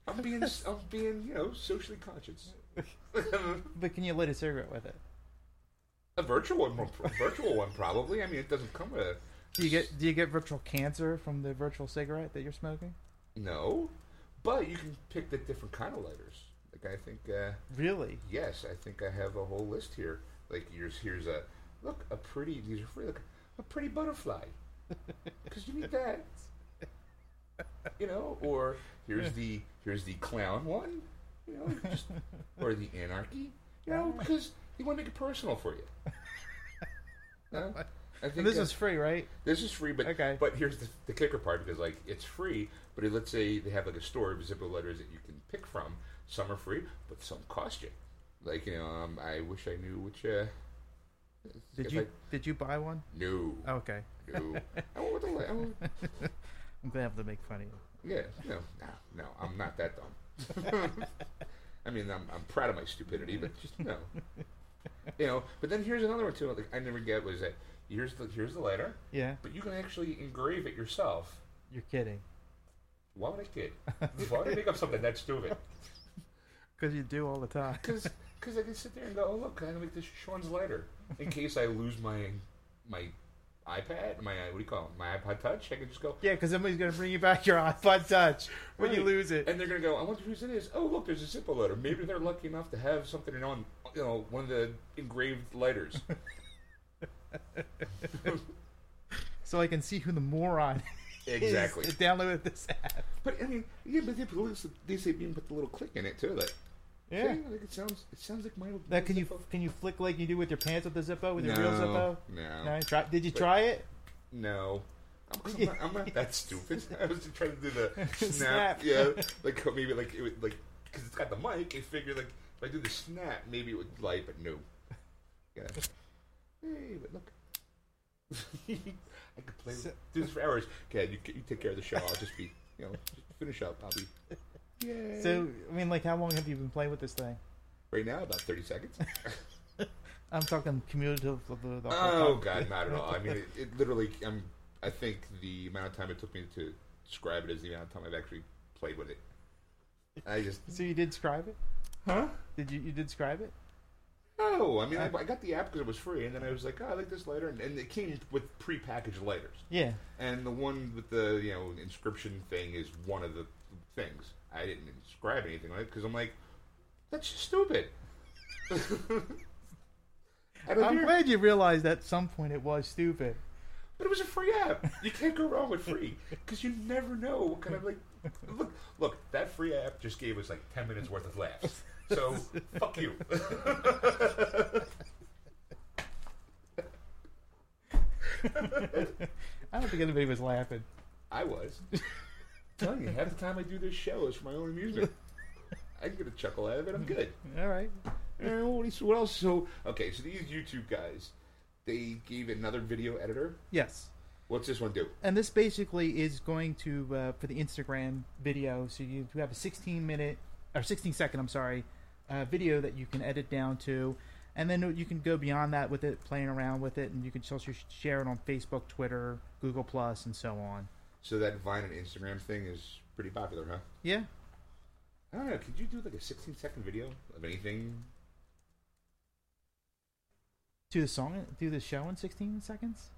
Speaker 1: I'm being I'm being you know socially conscious.
Speaker 2: But can you light a cigarette with it?
Speaker 1: a virtual one, a virtual one probably. I mean, it doesn't come with a
Speaker 2: Do you get do you get virtual cancer from the virtual cigarette that you're smoking?
Speaker 1: No, but you can pick the different kind of lighters. Like I think, uh,
Speaker 2: Really?
Speaker 1: yes, I think I have a whole list here. Like here's here's a look a pretty these are free look a pretty butterfly because you need that, you know. Or here's the here's the clown one, you know, just, or the anarchy, you know, because they want to make it personal for you. No? I think
Speaker 2: And this
Speaker 1: uh,
Speaker 2: is free, right?
Speaker 1: this is free, but
Speaker 2: Okay.
Speaker 1: but here's the, the kicker part because like it's free, but it- let's say they have like a store of Zippo letters that you can pick from. Some are free, but some cost you. Like you know, um, I wish I knew which. Uh,
Speaker 2: Did
Speaker 1: if
Speaker 2: you
Speaker 1: I,
Speaker 2: did you buy one?
Speaker 1: no,
Speaker 2: Okay.
Speaker 1: no. I went with the. li- I went,
Speaker 2: I'm gonna have to make fun of you.
Speaker 1: yeah, no, no, no. I'm not that dumb. I mean, I'm I'm proud of my stupidity, but just no. You know, but then here's another one too. Like I never get was that here's the here's the letter,
Speaker 2: Yeah,
Speaker 1: but you can actually engrave it yourself.
Speaker 2: you're kidding.
Speaker 1: Why would I kid? Why would I make up something that stupid?
Speaker 2: Because you do all the time.
Speaker 1: Because I can sit there and go, oh look, I'm gonna make this Sean's lighter in case I lose my my iPad, my uh, what do you call it, my iPod Touch. I can just go.
Speaker 2: Yeah, because somebody's gonna bring you back your iPod Touch when you
Speaker 1: "Hey,"
Speaker 2: lose it.
Speaker 1: and they're gonna go. I wonder whose it is. Oh look, there's a Zippo lighter. Maybe they're lucky enough to have something on, you know, one of the engraved lighters.
Speaker 2: so I can see who the moron is
Speaker 1: exactly.
Speaker 2: that downloaded this app.
Speaker 1: But I mean, yeah, but they put they say even put the little click in it too. Like,
Speaker 2: Yeah.
Speaker 1: see, like it sounds it sounds like my.
Speaker 2: Now, can you
Speaker 1: Zippo.
Speaker 2: can you flick like you do with your pants with the Zippo with your real Zippo?
Speaker 1: no.
Speaker 2: No, try, did you try it?
Speaker 1: No. I'm, I'm, not, I'm not that stupid. I was just trying to do the snap.
Speaker 2: Snap.
Speaker 1: yeah, like maybe like it would like because it's got the mic. I figured like if I do the snap, maybe it would light, but no. Yeah. Hey, but look. I could play with, do this for hours. Okay, you, you take care of the show. I'll just be you know just finish up. I'll be. Yay.
Speaker 2: So I mean, like, how long have you been playing with this thing?
Speaker 1: right now, about thirty seconds.
Speaker 2: I'm talking cumulative of the, the whole
Speaker 1: Oh
Speaker 2: time.
Speaker 1: god, not at all. I mean, it, it literally. I'm. I think the amount of time it took me to describe it is the amount of time I've actually played with it. I just.
Speaker 2: So you did describe it?
Speaker 1: Huh?
Speaker 2: Did you you did describe it?
Speaker 1: No, I mean, I, I got the app because it was free, and then I was like, oh, I like this lighter, and, and it came with prepackaged lighters.
Speaker 2: Yeah.
Speaker 1: And the one with the you know inscription thing is one of the things. I didn't inscribe anything on it because I'm like, that's just stupid. I don't
Speaker 2: I'm
Speaker 1: hear-
Speaker 2: glad you realized at some point it was stupid.
Speaker 1: But it was a free app. You can't go wrong with free because you never know what kind of like. Look, look, that free app just gave us like ten minutes worth of laughs. So fuck you.
Speaker 2: I don't think anybody was laughing.
Speaker 1: I was I'm telling you half the time I do this show is for my own amusement. I can get a chuckle out of it. I'm good.
Speaker 2: All right.
Speaker 1: Eh, what do you- what else? So okay, so these YouTube guys, they gave another video editor.
Speaker 2: Yes.
Speaker 1: What's this one do?
Speaker 2: And this basically is going to uh, for the Instagram video. So you you have a 16 minute or 16 second, I'm sorry, uh, video that you can edit down to, and then you can go beyond that with it, playing around with it, and you can also sh- share it on Facebook, Twitter, Google Plus, and so on.
Speaker 1: So that Vine and Instagram thing is pretty popular, huh?
Speaker 2: Yeah.
Speaker 1: I don't know. Could you do like a 16 second video of anything
Speaker 2: Do the song, do the show in 16 seconds.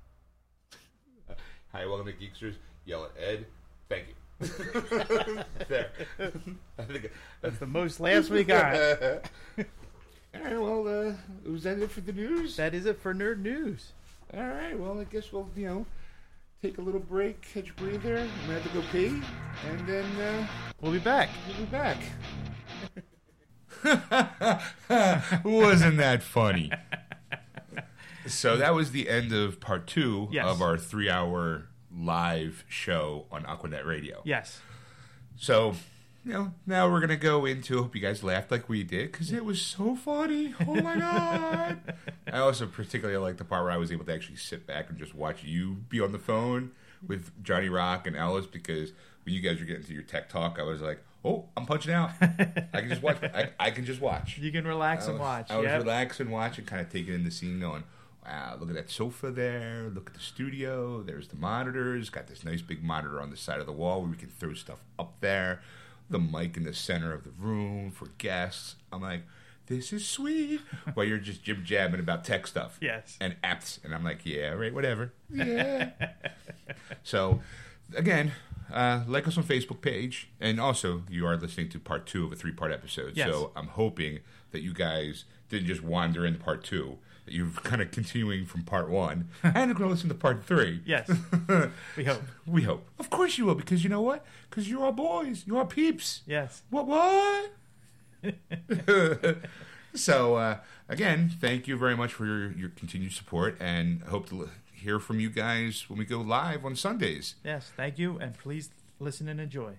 Speaker 1: Hi, welcome to Geeksters. Yell at Ed.
Speaker 6: Thank you. there. I think
Speaker 2: That's the most laughs we got.
Speaker 6: All right, well, uh, was that it for the news?
Speaker 2: That is it for nerd news.
Speaker 6: All right, well, I guess we'll, you know, take a little break, catch a breather. I'm going to have to go pee, and then uh,
Speaker 2: We'll be back.
Speaker 6: we'll be back.
Speaker 1: Wasn't that funny? so that was the end of part two
Speaker 2: Yes.
Speaker 1: of our three hour live show on Aquanet Radio.
Speaker 2: Yes.
Speaker 1: So, you know, now we're going to go into, hope you guys laughed like we did because it was so funny. Oh my God. I also particularly like the part where I was able to actually sit back and just watch you be on the phone with Johnny Rock and Alice because when you guys were getting to your tech talk, I was like, oh, I'm punching out. I can just watch. I, I can just watch.
Speaker 2: You can relax
Speaker 1: I
Speaker 2: and
Speaker 1: was-
Speaker 2: watch.
Speaker 1: I was
Speaker 2: Yep.
Speaker 1: relaxing, watching, kind of taking in the scene, going, "Wow, look at that sofa there. Look at the studio. There's the monitors. Got this nice big monitor on the side of the wall where we can throw stuff up there. The mic in the center of the room for guests. I'm like." This is sweet. While you're just jib jabbing about tech stuff,
Speaker 2: Yes.
Speaker 1: and apps, and I'm like, yeah, right, whatever, yeah. so, again, uh, like us on Facebook page, and also you are listening to part two of a three part episode.
Speaker 2: Yes.
Speaker 1: So I'm hoping that you guys didn't just wander into part two. That you're kind of continuing from part one, and you're going to listen to part three.
Speaker 2: Yes. we hope.
Speaker 1: We hope, of course, you will, because you know what? Because you're our boys, you're our peeps.
Speaker 2: Yes.
Speaker 1: What what? so uh, again, thank you very much for your, your continued support, and hope to l- hear from you guys when we go live on Sundays.
Speaker 2: Yes. Thank you, and please listen and enjoy.